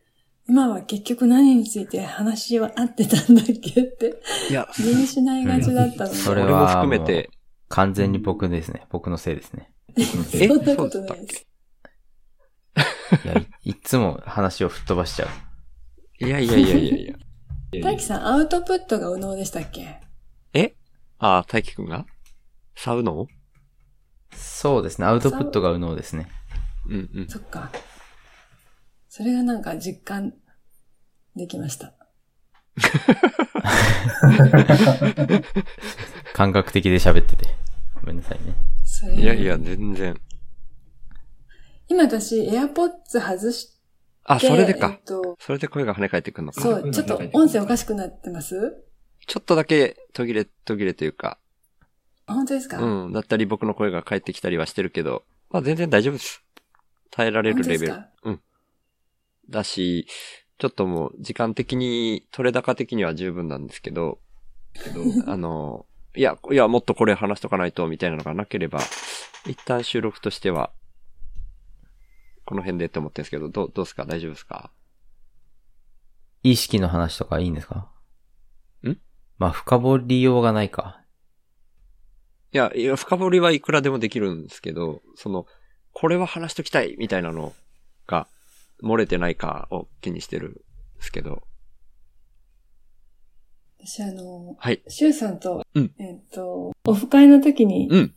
[SPEAKER 5] 今は結局何について話は合ってたんだっけって、
[SPEAKER 3] いや、
[SPEAKER 5] 見失いがちだったので。
[SPEAKER 7] それ
[SPEAKER 3] 俺も
[SPEAKER 7] は
[SPEAKER 3] 含めて、
[SPEAKER 7] 完全に僕ですね。僕のせいですね。
[SPEAKER 3] え
[SPEAKER 5] そんなことないです。
[SPEAKER 7] い
[SPEAKER 2] <laughs>
[SPEAKER 7] や、いいっつも話を吹っ飛ばしちゃう。
[SPEAKER 3] いやいやいやいやいや。
[SPEAKER 5] 大輝さん、アウトプットが右脳でしたっけ
[SPEAKER 3] あ、大輝くんがサウノ
[SPEAKER 7] そうですね。アウトプットが右脳ですね。
[SPEAKER 3] うんうん。
[SPEAKER 5] そっか。それがなんか実感できました。
[SPEAKER 7] 感覚的で喋ってて。ごめんなさいね。
[SPEAKER 5] それ
[SPEAKER 3] いやいや、全然。
[SPEAKER 5] 今私、AirPods 外して、
[SPEAKER 3] あ、それでか
[SPEAKER 5] えっ。と、
[SPEAKER 3] それで声が跳ね返ってくるのか。
[SPEAKER 5] そう、ちょっと音声おかしくなってます
[SPEAKER 3] ちょっとだけ途切れ、途切れというか、
[SPEAKER 5] あ本当ですか、
[SPEAKER 3] うん。だったり僕の声が返ってきたりはしてるけど、まあ全然大丈夫です。耐えられ
[SPEAKER 5] 本
[SPEAKER 3] る
[SPEAKER 5] 当で
[SPEAKER 3] レ
[SPEAKER 5] す
[SPEAKER 3] ベル
[SPEAKER 5] か
[SPEAKER 3] だし、ちょっともう時間的に、取れ高的には十分なんですけど、
[SPEAKER 5] <laughs>
[SPEAKER 6] けど、
[SPEAKER 3] あの、いや、いや、もっとこれ話しとかないと、みたいなのがなければ、一旦収録としては、この辺でって思ってるんですけど、どう、どうですか大丈夫ですか
[SPEAKER 7] 意識の話とかいいんですか
[SPEAKER 3] ん
[SPEAKER 7] まあ、深掘りようがないか。
[SPEAKER 3] いや、いや深掘りはいくらでもできるんですけど、その、これは話しときたい、みたいなのが、漏れてないかを気にしてるんですけど、
[SPEAKER 5] 私あの、
[SPEAKER 3] はい。
[SPEAKER 5] シュウさんと、
[SPEAKER 3] うん
[SPEAKER 5] えっと、オフ会の時に、
[SPEAKER 3] うん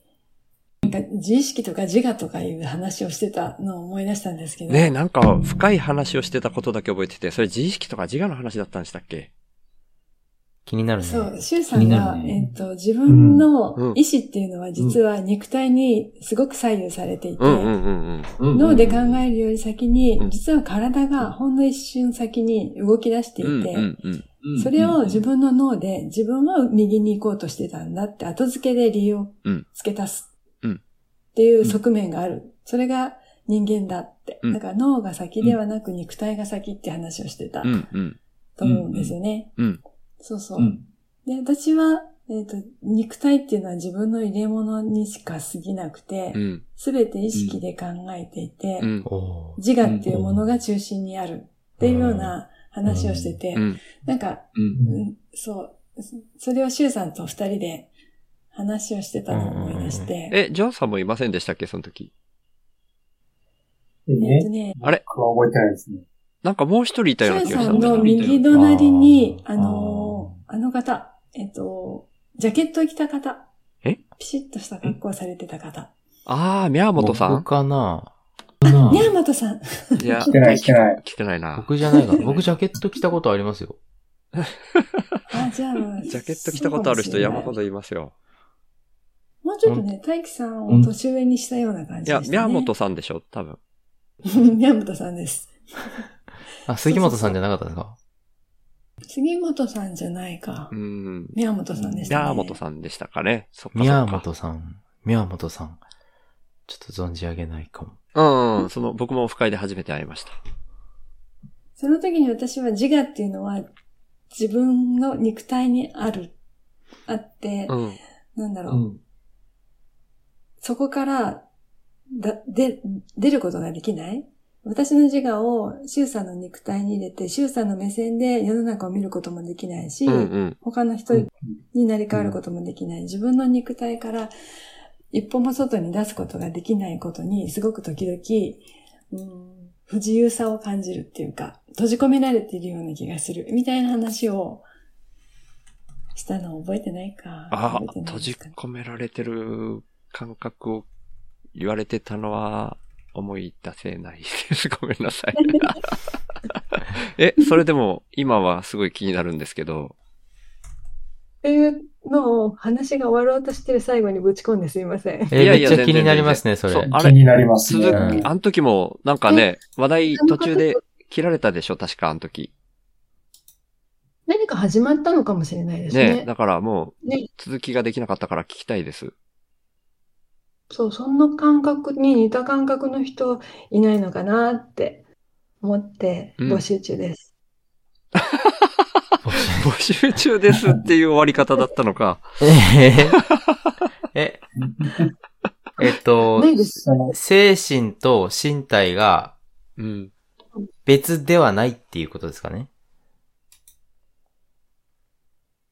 [SPEAKER 5] なんか自意識とか自我とかいう話をしてたのを思い出したんですけど、
[SPEAKER 3] ねえ、なんか深い話をしてたことだけ覚えてて、それ自意識とか自我の話だったんでしたっけ
[SPEAKER 7] 気になるね。
[SPEAKER 5] そう、シュウさん
[SPEAKER 6] 気にな
[SPEAKER 5] が、
[SPEAKER 6] るね
[SPEAKER 5] えっと、自分
[SPEAKER 3] うん
[SPEAKER 5] の意志っていうのは実は肉体にすごく左右されていて、
[SPEAKER 3] うんうんうんうん。
[SPEAKER 5] 脳で考えるより先に
[SPEAKER 3] う、ん
[SPEAKER 5] 実は体がほんの一瞬先に動き出してい
[SPEAKER 3] うん
[SPEAKER 5] て、
[SPEAKER 3] うんうん。
[SPEAKER 6] うん
[SPEAKER 5] それを自
[SPEAKER 6] うん
[SPEAKER 5] 分の脳で自分は右に行こうとしてたんだって後付けで理由を付け足す。
[SPEAKER 3] うん
[SPEAKER 5] っていう側面がある。それが人間だって。
[SPEAKER 3] うん
[SPEAKER 5] だから脳が先ではなく肉体が先って話をしてた
[SPEAKER 3] うんうん。
[SPEAKER 5] と思うんですよね。
[SPEAKER 3] うん。
[SPEAKER 5] そうそうう。
[SPEAKER 6] ん。
[SPEAKER 5] で、私は、えっ、と、肉体っていうのは自分の入れ物にしか過ぎなくて
[SPEAKER 3] う、ん。
[SPEAKER 5] すべ、て意識で考えていて、
[SPEAKER 3] うん。
[SPEAKER 7] おー
[SPEAKER 5] 自我っていうものが中心にあるっていうような話をしてて、
[SPEAKER 3] うん。
[SPEAKER 5] なんか、
[SPEAKER 6] うん。
[SPEAKER 5] うんそう。そそれをシュウさんと二人で話をしてたのを思い出して。
[SPEAKER 3] え、ジョンさんもいませんでしたっけその時。
[SPEAKER 4] え
[SPEAKER 5] えっ
[SPEAKER 4] ね、
[SPEAKER 5] とね、
[SPEAKER 3] あれ
[SPEAKER 4] 僕は覚えてないですね。
[SPEAKER 3] なんかもう一人いた
[SPEAKER 5] シ
[SPEAKER 3] ような
[SPEAKER 5] ュウ
[SPEAKER 3] 気がし
[SPEAKER 5] さ
[SPEAKER 3] た
[SPEAKER 5] ん
[SPEAKER 3] んだ
[SPEAKER 5] の
[SPEAKER 3] よね。
[SPEAKER 5] 右隣に、
[SPEAKER 7] あ
[SPEAKER 5] あ
[SPEAKER 7] ー
[SPEAKER 5] のー、あの方、えっと、ジャケットを着た方。
[SPEAKER 3] え
[SPEAKER 5] ピシッとした格好をされてた方。
[SPEAKER 3] あー、宮本さ
[SPEAKER 7] 僕
[SPEAKER 3] ん
[SPEAKER 7] かな
[SPEAKER 5] ニャーマトさん。
[SPEAKER 3] いや
[SPEAKER 4] 来てない来てない。
[SPEAKER 3] 来てないな。
[SPEAKER 7] 僕じゃない
[SPEAKER 5] <laughs>
[SPEAKER 7] かな。僕ジャケット着たことありますよ。
[SPEAKER 5] あ、じゃあ、
[SPEAKER 3] <laughs> ジャケット着たことある人山ほど
[SPEAKER 5] い
[SPEAKER 3] いますよ。
[SPEAKER 5] もうちょっとね、大輝さんを年上にしたような感
[SPEAKER 3] い
[SPEAKER 5] じ
[SPEAKER 3] や、
[SPEAKER 5] でした、
[SPEAKER 3] 宮
[SPEAKER 5] ね。
[SPEAKER 3] 本さんでしょ多分。
[SPEAKER 5] さん。 <laughs> 宮本さんです。
[SPEAKER 7] あ、杉本さんじゃなかったですか
[SPEAKER 5] 杉本さんじゃないか
[SPEAKER 3] う。ん。
[SPEAKER 5] 宮本さんでした、ね。
[SPEAKER 3] 宮本さんでしたかね。そっかそっか。
[SPEAKER 7] 宮本さん。宮本さん。ちょっと存じ上げないかも。
[SPEAKER 3] うんうん。その、僕もオフ会で初めて会いました。
[SPEAKER 5] その時に私は自我っていうのは自分の肉体にある、あって、
[SPEAKER 3] うん。
[SPEAKER 5] なんだろう、
[SPEAKER 6] うん。
[SPEAKER 5] そこからだで出ることができない私の自我をシュウさんの肉体に入れて、シュウさんの目線で世の中を見ることもできないし、
[SPEAKER 3] うんうん。
[SPEAKER 5] 他の人になり変わることもできない。自分の肉体から一歩も外に出すことができないことに、すごく時々、うん
[SPEAKER 8] 不自由さを感じるっていうか、閉じ込められているような気がする、みたいな話をしたのを覚えてないか。
[SPEAKER 3] ああ
[SPEAKER 8] 覚えて、ない
[SPEAKER 3] 閉
[SPEAKER 8] です
[SPEAKER 3] じ
[SPEAKER 8] かね
[SPEAKER 3] 込められてる感覚を言われてたのは思い出せないです。 <laughs> ごめんなさい。
[SPEAKER 8] <laughs>
[SPEAKER 3] え、それでも今はすごい気になるんですけど、
[SPEAKER 5] っていうのを話が終わろうとしてる最後にぶち込んですいません。
[SPEAKER 2] えー
[SPEAKER 3] いやいや
[SPEAKER 2] めっちゃ気になりますね、それ。
[SPEAKER 3] そうあれ
[SPEAKER 4] 気になります
[SPEAKER 3] 鈴
[SPEAKER 4] ね。
[SPEAKER 3] 木、
[SPEAKER 2] うん
[SPEAKER 3] あの時もなんかね、話題途中で切られたでしょ確かあの時。
[SPEAKER 5] 何か始まったのかもしれないです
[SPEAKER 3] ね
[SPEAKER 5] ね。
[SPEAKER 3] だからもう
[SPEAKER 5] ね
[SPEAKER 3] 続きができなかったから聞きたいです。 <laughs>
[SPEAKER 5] そう、そんな感覚に似た感覚の人いないのかなって思って
[SPEAKER 3] うん
[SPEAKER 5] 募集中です。
[SPEAKER 3] 募集中ですっていう終わり方だったのか。
[SPEAKER 7] <laughs>
[SPEAKER 2] え
[SPEAKER 5] <laughs>
[SPEAKER 2] え、えっと
[SPEAKER 5] な、いです。
[SPEAKER 4] その
[SPEAKER 2] 精神と身体が
[SPEAKER 3] うん。
[SPEAKER 2] 別ではないっていうことですかね。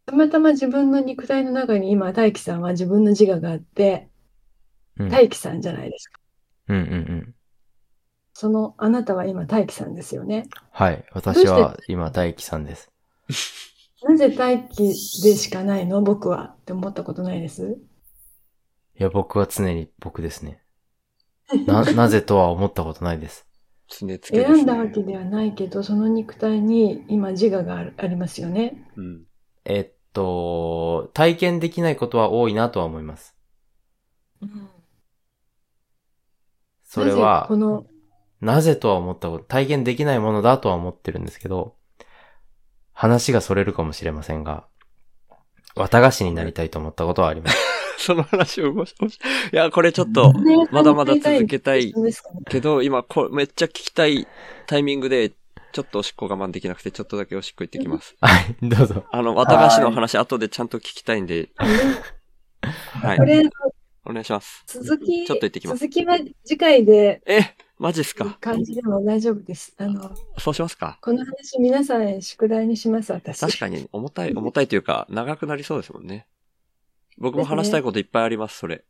[SPEAKER 5] たまたま自分の肉体の中に今、大輝さんは自分の自我があって、
[SPEAKER 2] うん。
[SPEAKER 5] 大輝さんじゃないですか。
[SPEAKER 2] うんうんうん。
[SPEAKER 5] その、あなたは今、大輝さんですよね。
[SPEAKER 2] はい。私は今、大輝さんです。
[SPEAKER 5] なぜ大輝でしかないの僕はって思ったことないです。
[SPEAKER 2] いや、僕は常に僕ですね。
[SPEAKER 5] <laughs>
[SPEAKER 2] な、なぜとは思ったことないです。
[SPEAKER 3] つねつけです、ね。
[SPEAKER 5] 選んだわけではないけど、その肉体に今自我があるありますよね。
[SPEAKER 3] うん。
[SPEAKER 2] えっと、体験できないことは多いなとは思います。それ
[SPEAKER 5] なぜ
[SPEAKER 2] は
[SPEAKER 5] こ、の、
[SPEAKER 2] なぜとは思ったこと、体験できないものだとは思ってるんですけど、話がそれるかもしれませんが、綿菓子になりたいと思ったことはあります。
[SPEAKER 3] その話をもし、もし、いや、これちょっと、
[SPEAKER 5] ね
[SPEAKER 3] まだまだ続けたい
[SPEAKER 5] そうですかね
[SPEAKER 3] けど、今こ、めっちゃ聞きたいタイミングで、ちょっとおしっこ我慢できなくて、ちょっとだけおしっこ行ってき
[SPEAKER 5] <laughs>
[SPEAKER 3] ます。
[SPEAKER 2] はい、どうぞ。
[SPEAKER 3] あの、綿菓子の話、後でちゃんと聞きたいんで、はい
[SPEAKER 5] こ。れ、
[SPEAKER 3] お願いします。
[SPEAKER 5] 続き、
[SPEAKER 3] ちょっと行ってきます
[SPEAKER 5] 続きは次回で、
[SPEAKER 3] え、マジっすか
[SPEAKER 5] 感じでも大丈夫です。あの、
[SPEAKER 3] そうしますか
[SPEAKER 5] この話皆さんへ宿題にします、私。
[SPEAKER 3] 確かに、重たい、重たいというか、長くなりそうですもんね。僕も話したいこといっぱいあります、それ。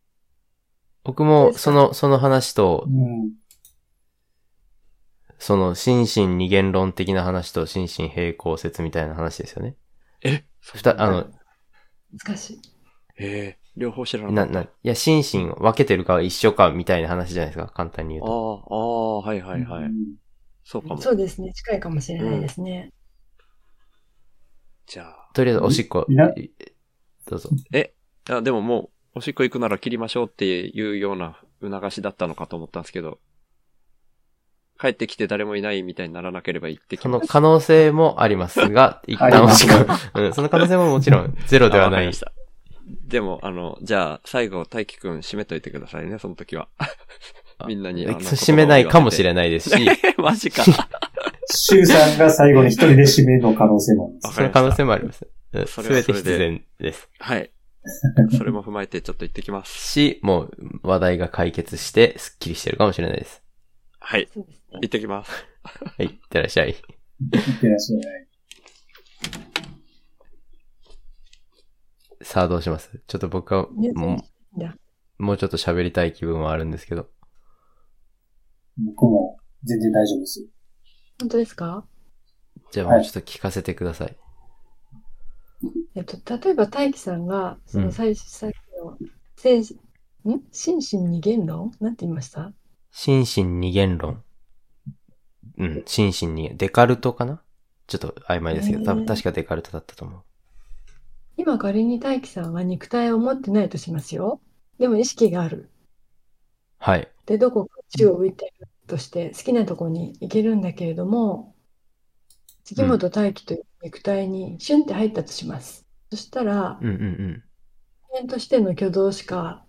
[SPEAKER 2] 僕も、その、その話と
[SPEAKER 4] う、ん。
[SPEAKER 2] その、心身二元論的な話と、心身平行説みたいな話ですよね。
[SPEAKER 3] え
[SPEAKER 2] ふた、あの、
[SPEAKER 5] 難しい。
[SPEAKER 3] えー、両方知らなか
[SPEAKER 2] な、
[SPEAKER 3] った。
[SPEAKER 2] な、いや、心身分けてるか一緒かみたいな話じゃないですか、簡単に言
[SPEAKER 3] あ
[SPEAKER 2] う
[SPEAKER 3] あ、あ
[SPEAKER 2] と。
[SPEAKER 3] あ、はいはいはい。そうかも。
[SPEAKER 5] そうですね。近いかもしれないですね。
[SPEAKER 3] じゃあ。
[SPEAKER 2] とりあえず、おしっこ
[SPEAKER 4] みな、
[SPEAKER 2] どうぞ。
[SPEAKER 3] あ、でももう、おしっこ行くなら切りましょうっていうような促しだったのかと思ったんですけど、帰ってきて誰もいないみたいにならなければ行ってき
[SPEAKER 2] そ
[SPEAKER 3] ま
[SPEAKER 2] の
[SPEAKER 3] す。
[SPEAKER 2] 可能性もありますが、一旦おしっこ。うん、その可能性ももちろんゼロでは
[SPEAKER 3] あわか
[SPEAKER 2] ない
[SPEAKER 3] りまし。た。でも、あの、じゃあ、最後、大輝くん締めといてくださいね、その時は。 <laughs> みんなに。あの
[SPEAKER 2] 締めないかもしれないですし、
[SPEAKER 3] え <laughs> マジか。
[SPEAKER 4] シュウさんが最後に一人で締めるの可能性もありま
[SPEAKER 3] わか
[SPEAKER 4] す。
[SPEAKER 2] <laughs> その
[SPEAKER 3] りました
[SPEAKER 2] 可能性もあります。うん
[SPEAKER 3] そ
[SPEAKER 2] す
[SPEAKER 3] れ
[SPEAKER 2] べ
[SPEAKER 3] はそ
[SPEAKER 2] て
[SPEAKER 3] れで
[SPEAKER 2] 必然です。
[SPEAKER 3] はい。それも踏まえてちょっと行ってきます。
[SPEAKER 2] し、もう話題が解決して、スッキリしてるかもしれないです。
[SPEAKER 3] はい。
[SPEAKER 5] そうですね。
[SPEAKER 3] 行ってきます。
[SPEAKER 2] はい、いってらっしゃい。
[SPEAKER 4] いってらっしゃい。
[SPEAKER 2] さあどうしますちょっと僕は
[SPEAKER 5] 皆さん
[SPEAKER 2] もう、もうちょっと喋りたい気分はあるんですけど。
[SPEAKER 4] 僕も全然大丈夫ですよ。
[SPEAKER 5] 本当ですか
[SPEAKER 2] じゃあもうちょっと聞かせてください。
[SPEAKER 5] えっと、例えば大輝さんが、そ
[SPEAKER 2] うん
[SPEAKER 5] の最初、さっきの、精神、ん心身二元論なんて言いました
[SPEAKER 2] 心身二元論。うん、心身二元。デカルトかなちょっと曖昧ですけど、多分確かデカルトだったと思う。
[SPEAKER 5] 今仮に大輝さんは肉体を持ってないとしますよ。でも意識がある。
[SPEAKER 2] はい。
[SPEAKER 5] で、どこか宙を浮いているとして好きなとこに行けるんだけれども、杉本大輝という肉体にシュンって入ったとします。そしたら、
[SPEAKER 2] うんうんうん。
[SPEAKER 5] 人間としての挙動しか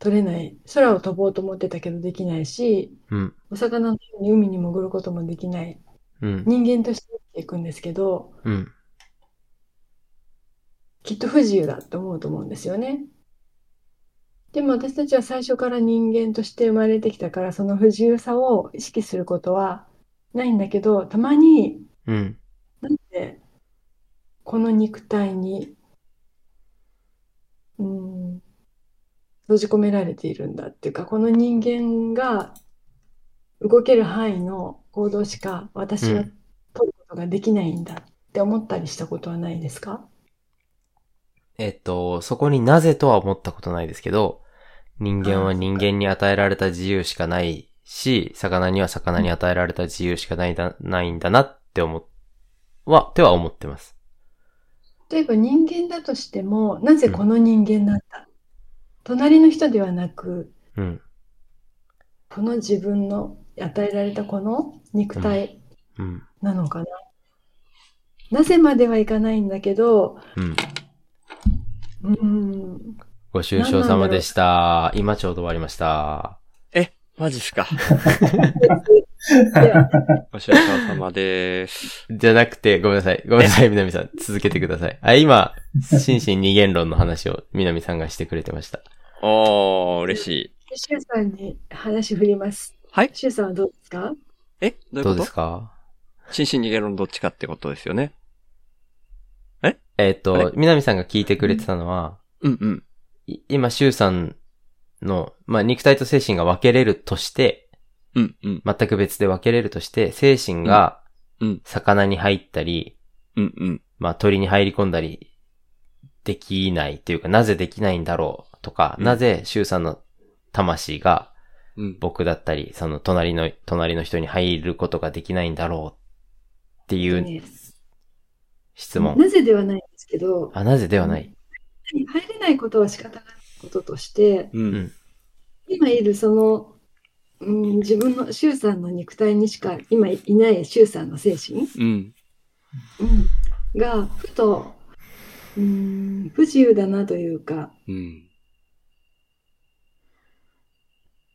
[SPEAKER 5] 取れない。空を飛ぼうと思ってたけどできないし、
[SPEAKER 2] うん。
[SPEAKER 5] お魚のように海に潜ることもできない。
[SPEAKER 2] うん。
[SPEAKER 5] 人間として生きていくんですけど、
[SPEAKER 2] うん。
[SPEAKER 5] きっと不自由だって思うと思うんですよね。でも私たちは最初から人間として生まれてきたから、その不自由さを意識することはないんだけど、たまに、
[SPEAKER 2] うん。
[SPEAKER 5] ねこの肉体に、うん、閉じ込められているんだっていうか、この人間が動ける範囲の行動しか私は
[SPEAKER 2] うん
[SPEAKER 5] 取ることができないんだって思ったりしたことはないですか
[SPEAKER 2] えっと、そこになぜとは思ったことないですけど、人間は人間に与えられた自由しかないし、魚には魚に与えられた自由しかないだないんだなって思っ、は、っては思ってます。
[SPEAKER 5] 例えば人間だとしても、なぜこの人間なんだ隣の人ではなく、
[SPEAKER 2] うん。
[SPEAKER 5] この自分の与えられたこの肉体
[SPEAKER 2] うん。
[SPEAKER 5] なのかな、なぜまではいかないんだけど、
[SPEAKER 2] うん。
[SPEAKER 5] うん、
[SPEAKER 2] ご愁傷様でした。今ちょうど終わりました。
[SPEAKER 3] マジっ
[SPEAKER 2] <laughs>
[SPEAKER 3] すか。
[SPEAKER 5] で
[SPEAKER 3] お疲れ様です。
[SPEAKER 2] じゃなくて、ごめんなさい。ごめんな
[SPEAKER 3] <laughs>
[SPEAKER 2] さい、南さん。続けてください。あ、今、心身二元論の話を南さんがしてくれてました。
[SPEAKER 3] おー、嬉しい。
[SPEAKER 5] シュウさんに話振ります。
[SPEAKER 3] はい
[SPEAKER 5] シュウさんはどうですか
[SPEAKER 3] えどうい
[SPEAKER 2] ど
[SPEAKER 3] う
[SPEAKER 2] うで
[SPEAKER 3] こ
[SPEAKER 2] すか
[SPEAKER 3] と心身逃げろのどっちかってことですよね。
[SPEAKER 2] えっ、
[SPEAKER 3] あれ
[SPEAKER 2] と、南さんが聞いてくれてたのは、
[SPEAKER 3] うんうん。
[SPEAKER 2] い今、周さんの、まあ、肉体と精神が分けれるとして、
[SPEAKER 3] うんうん。
[SPEAKER 2] 全く別で分けれるとして、精神が
[SPEAKER 3] うんうん、
[SPEAKER 2] 魚に入ったり、
[SPEAKER 3] うんうん。
[SPEAKER 2] まあ、鳥に入り込んだり、できないというか、なぜできないんだろうとか、
[SPEAKER 3] うん
[SPEAKER 2] なぜ周さんの魂が
[SPEAKER 3] うん。
[SPEAKER 2] 僕だったり、その隣の、隣の人に入ることができないんだろうっていう
[SPEAKER 5] ね
[SPEAKER 2] 質問。
[SPEAKER 5] なぜではないんですけど、
[SPEAKER 2] あ、なぜではない。
[SPEAKER 5] 入れないことは仕方がないこととして、
[SPEAKER 3] うん
[SPEAKER 2] うん
[SPEAKER 5] 今いるその、うん、自分のシュウさんの肉体にしか今いないシュウさんの精神、
[SPEAKER 3] うん。
[SPEAKER 5] うん、が、ふと、うん、不自由だなというか、
[SPEAKER 3] うん。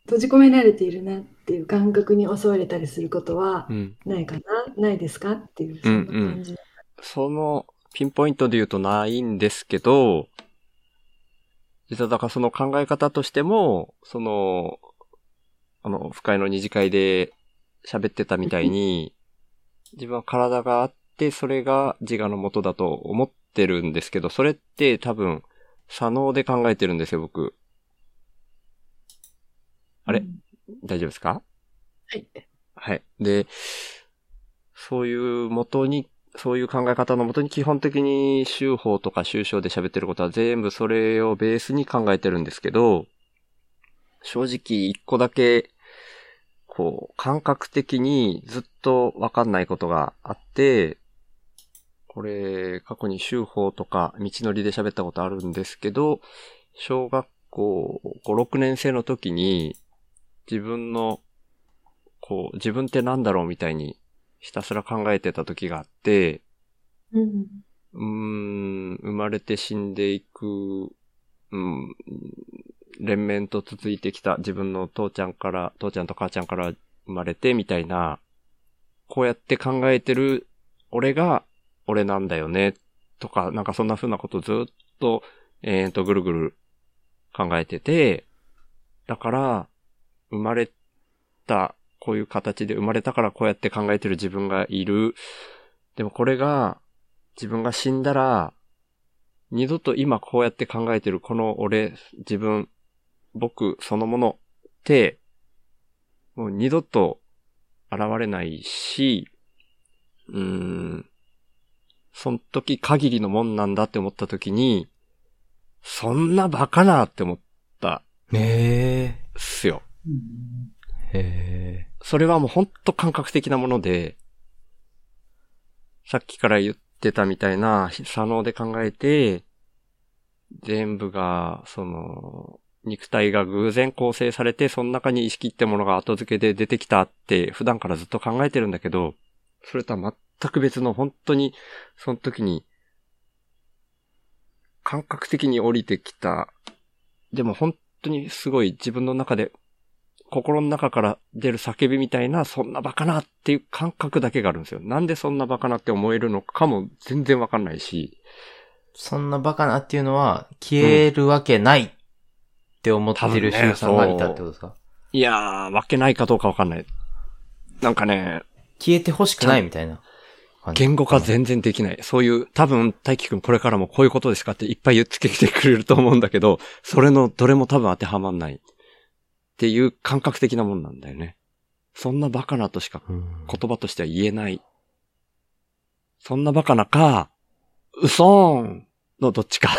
[SPEAKER 5] 閉じ込められているなっていう感覚に襲われたりすることは
[SPEAKER 3] うん。
[SPEAKER 5] ないかな、ないですかっていう、そんな感じ。
[SPEAKER 3] その、ピンポイントで言うとないんですけど、実はだからその考え方としても、その、あの、不快の二次会で喋ってたみたいに、自分は体があって、それが自我のもとだと思ってるんですけど、それって多分、左脳で考えてるんですよ、僕。あれ
[SPEAKER 5] うん
[SPEAKER 3] 大丈夫ですか
[SPEAKER 5] はい。
[SPEAKER 3] はい。で、そういう元に、そういう考え方のもとに基本的に修法とか修正で喋ってることは全部それをベースに考えてるんですけど、正直一個だけ、こう、感覚的にずっとわかんないことがあって、これ、過去に修法とか道のりで喋ったことあるんですけど、小学校5、6年生の時に自分のこう、自分ってなんだろうみたいに、ひたすら考えてた時があって、
[SPEAKER 5] うん
[SPEAKER 3] うーん、生まれて死んでいく、うん、連綿と続いてきた自分の父ちゃんから、父ちゃんと母ちゃんから生まれてみたいな、こうやって考えてる俺が俺なんだよね、とか、なんかそんな風なことずっと、えー、と、ぐるぐる考えてて、だから、生まれた、こういう形で生まれたからこうやって考えてる自分がいる。でもこれが、自分が死んだら、二度と今こうやって考えてるこの俺、自分、僕そのものって、もう二度と現れないし、うーん、その時限りのもんなんだって思った時に、そんなバカなって思った
[SPEAKER 2] ね
[SPEAKER 3] っすよ。
[SPEAKER 4] うん
[SPEAKER 2] え。へ
[SPEAKER 3] それはもうほんと感覚的なもので、さっきから言ってたみたいな、左脳で考えて、全部が、その、肉体が偶然構成されて、その中に意識ってものが後付けで出てきたって、普段からずっと考えてるんだけど、それとは全く別の、本当に、その時に、感覚的に降りてきた、でも本当にすごい自分の中で心の中から出る叫びみたいな、そんなバカなっていう感覚だけがあるんですよ。なんでそんなバカなって思えるのかも全然わかんないし。
[SPEAKER 2] そんなバカなっていうのは、消えるわけないって思ってる
[SPEAKER 3] 多分ね
[SPEAKER 2] 周さんがいたってことですか、
[SPEAKER 3] いやー、わけないかどうかわかんない。なんかね、
[SPEAKER 2] 消えてほしくないみたいな感じ。
[SPEAKER 3] 言語化全然できない。そういう、多分、大輝くんこれからもこういうことですかっていっぱい言ってきてくれると思うんだけど、それのどれも多分当てはまんない。っていう感覚的なもんなんだよね。そんなバカなとしか
[SPEAKER 2] うん
[SPEAKER 3] 言葉としては言えない。そんなバカなか、うそーんのどっちか。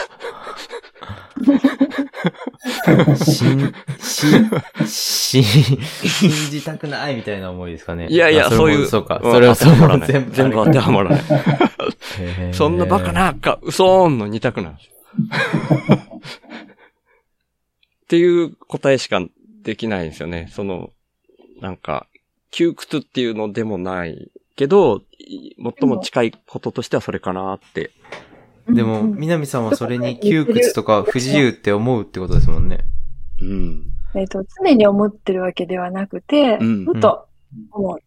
[SPEAKER 2] 信、信、信、信じたくないみたいな思いですかね。
[SPEAKER 3] いやいや、
[SPEAKER 2] あ
[SPEAKER 3] そう
[SPEAKER 2] れも
[SPEAKER 3] いう。
[SPEAKER 2] そうか。<laughs>
[SPEAKER 3] ん
[SPEAKER 2] それはそう
[SPEAKER 3] 当てはまらない
[SPEAKER 2] 全部。
[SPEAKER 3] 全部当てはまらない。
[SPEAKER 2] へー
[SPEAKER 3] そんなバカ。なか、うそーんの二択なんですよ。 <laughs> っていう答えしかできないんですよね。その、なんか、窮屈っていうのでもないけど、い最も近いこととしてはそれかなって。
[SPEAKER 2] でも、南さんはそれに窮屈とか不自由って思うってことですもんね。
[SPEAKER 3] うん。
[SPEAKER 5] えっと、常に思ってるわけではなくて、
[SPEAKER 3] うん
[SPEAKER 5] ふと思う。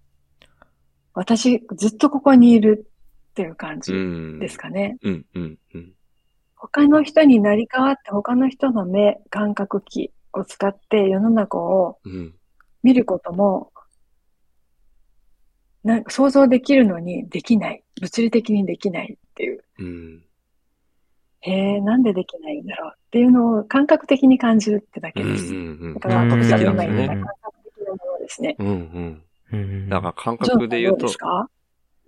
[SPEAKER 5] 私、ずっとここにいるっていう感
[SPEAKER 3] う
[SPEAKER 5] じ
[SPEAKER 3] ん。
[SPEAKER 5] ですかね。
[SPEAKER 3] うん、うん、うん。
[SPEAKER 5] 他の人になり変わって、他の人の目、感覚器を使って世の中を
[SPEAKER 3] うん。
[SPEAKER 5] 見ることも、なんか想像できるのにできない。物理的にできないっていう。
[SPEAKER 3] うん。
[SPEAKER 5] へえ、なんでできないんだろうっていうのを感覚的に感じるってだ
[SPEAKER 3] う
[SPEAKER 5] け
[SPEAKER 3] ん
[SPEAKER 5] で
[SPEAKER 3] う
[SPEAKER 5] す。
[SPEAKER 3] ん
[SPEAKER 5] だから、徳さんが今言った
[SPEAKER 2] うん
[SPEAKER 5] 感覚的なものですね。
[SPEAKER 3] うん。うんうん。だ
[SPEAKER 2] だ
[SPEAKER 3] から感
[SPEAKER 5] ジョンさ
[SPEAKER 3] 覚
[SPEAKER 5] ん
[SPEAKER 3] で言う
[SPEAKER 5] ど
[SPEAKER 3] と
[SPEAKER 5] です、か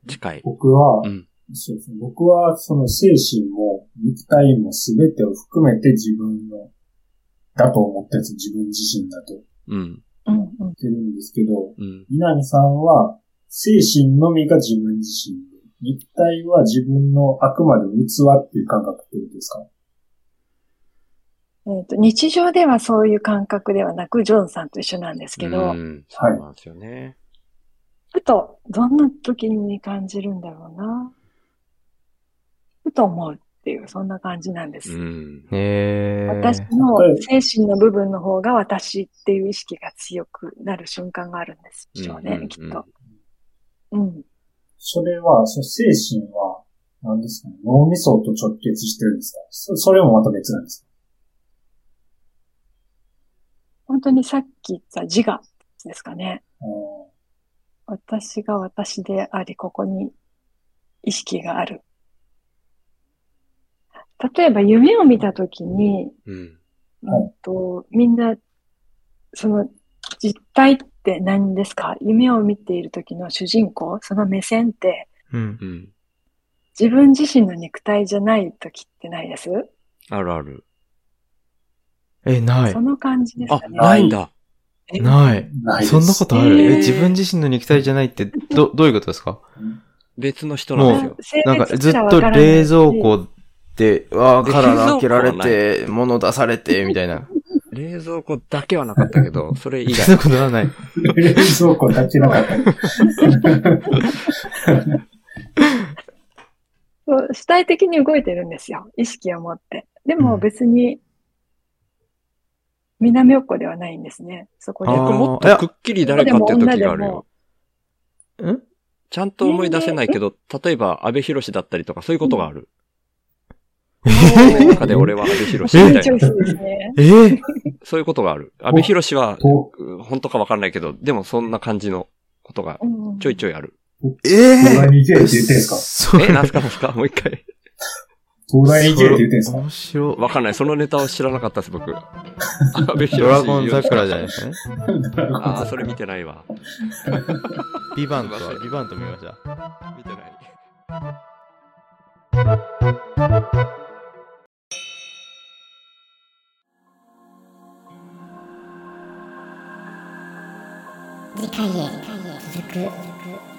[SPEAKER 3] 近い。
[SPEAKER 4] 僕は
[SPEAKER 3] う、ん。
[SPEAKER 4] そうですね。僕は、その精神も肉体も全てを含めて自分の、だと思ったやつ自分自身だと言っ
[SPEAKER 3] うん。
[SPEAKER 5] うんうん。
[SPEAKER 4] てるんですけど、
[SPEAKER 3] うん。
[SPEAKER 4] 南さんは、精神のみが自分自身で、肉体は自分のあくまで器っていう感覚ってことですか
[SPEAKER 5] えーと日常ではそういう感覚ではなく、ジョンさんと一緒なんですけど、
[SPEAKER 3] うんそうなんですよね。
[SPEAKER 5] ふと、どんな時に感じるんだろうな。ふと思うっていう、そんな感じなんで
[SPEAKER 3] う
[SPEAKER 5] す。
[SPEAKER 3] ん。
[SPEAKER 2] へー
[SPEAKER 5] 私の精神の部分の方が私っていう意識が強くなる瞬間があるんですでしょうね、
[SPEAKER 3] うんうんうん
[SPEAKER 5] きっと。うん。
[SPEAKER 4] それは、その精神は、何ですかね、脳みそと直結してるんですかそそれもまた別なんですか
[SPEAKER 5] 本当にさっき言った自我ですかね。
[SPEAKER 4] あー
[SPEAKER 5] 私が私であり、ここに意識がある。例えば夢を見たときに、
[SPEAKER 3] うん。
[SPEAKER 4] はい
[SPEAKER 5] うんと、みんな、その実体って何ですか夢を見ているときの主人公、その目線って
[SPEAKER 2] うん。
[SPEAKER 3] うん。
[SPEAKER 5] 自分自身の肉体じゃないときってないです、
[SPEAKER 3] あるある。
[SPEAKER 2] え、ない
[SPEAKER 5] そ。の感じです
[SPEAKER 3] あ
[SPEAKER 5] か、ね。
[SPEAKER 3] ないんだ。
[SPEAKER 5] え
[SPEAKER 2] ない。
[SPEAKER 4] ないです。
[SPEAKER 2] そんなことある
[SPEAKER 5] えー
[SPEAKER 2] え、自分自身の肉体じゃないって、ど、どういうことですか
[SPEAKER 3] 別の人なんですよ。
[SPEAKER 5] 性
[SPEAKER 2] なんか
[SPEAKER 5] 別
[SPEAKER 2] ずっ
[SPEAKER 5] すらわ
[SPEAKER 2] と
[SPEAKER 5] からない
[SPEAKER 2] 冷
[SPEAKER 5] し
[SPEAKER 2] 蔵庫で、わー、
[SPEAKER 3] 冷
[SPEAKER 2] カ
[SPEAKER 3] 蔵庫
[SPEAKER 2] ラー開けられ
[SPEAKER 3] は
[SPEAKER 2] て、物出されて、みたいな。
[SPEAKER 3] 冷蔵庫だけはなかったけ
[SPEAKER 5] <laughs>
[SPEAKER 3] ど、それ以
[SPEAKER 2] そんな
[SPEAKER 3] 外。
[SPEAKER 2] ことはない。
[SPEAKER 4] 冷 <laughs> 蔵庫だけなかった。
[SPEAKER 5] そう主体的に動いてるんですよ。意識を持って。で
[SPEAKER 2] う
[SPEAKER 5] も
[SPEAKER 2] ん
[SPEAKER 5] 別に、南横ではないんですね。そこで。
[SPEAKER 2] あー
[SPEAKER 3] 僕もっとくっきり誰かって時があるよ。
[SPEAKER 2] ん
[SPEAKER 3] ちゃんと思い出せないけど、例えば安倍博士だったりとかそういうことがある。その中で俺は安倍博士み
[SPEAKER 5] <laughs> 緊
[SPEAKER 3] たい
[SPEAKER 5] 張
[SPEAKER 3] な。
[SPEAKER 5] すですね。
[SPEAKER 2] えー
[SPEAKER 3] そういうことがある。安倍博士は、
[SPEAKER 4] と
[SPEAKER 3] うん本当かわかんないけど、でもそんな感じのことがちょいちょいある。
[SPEAKER 2] え
[SPEAKER 4] 東大に行けって言ってんすか
[SPEAKER 2] そ
[SPEAKER 3] え、なんすかなんすか <laughs> もう一回。
[SPEAKER 4] 東大に行けって言ってんですか
[SPEAKER 2] 面白い。
[SPEAKER 3] わかんない。そのネタを知らなかったで
[SPEAKER 2] <laughs>
[SPEAKER 3] す、僕。安倍博士。
[SPEAKER 2] ドラゴン桜じゃないですかね。
[SPEAKER 3] ああ、それ見てないわ。
[SPEAKER 2] ビバンとは、ビバンと見ました。
[SPEAKER 3] 見てない。
[SPEAKER 1] 次回へ続く。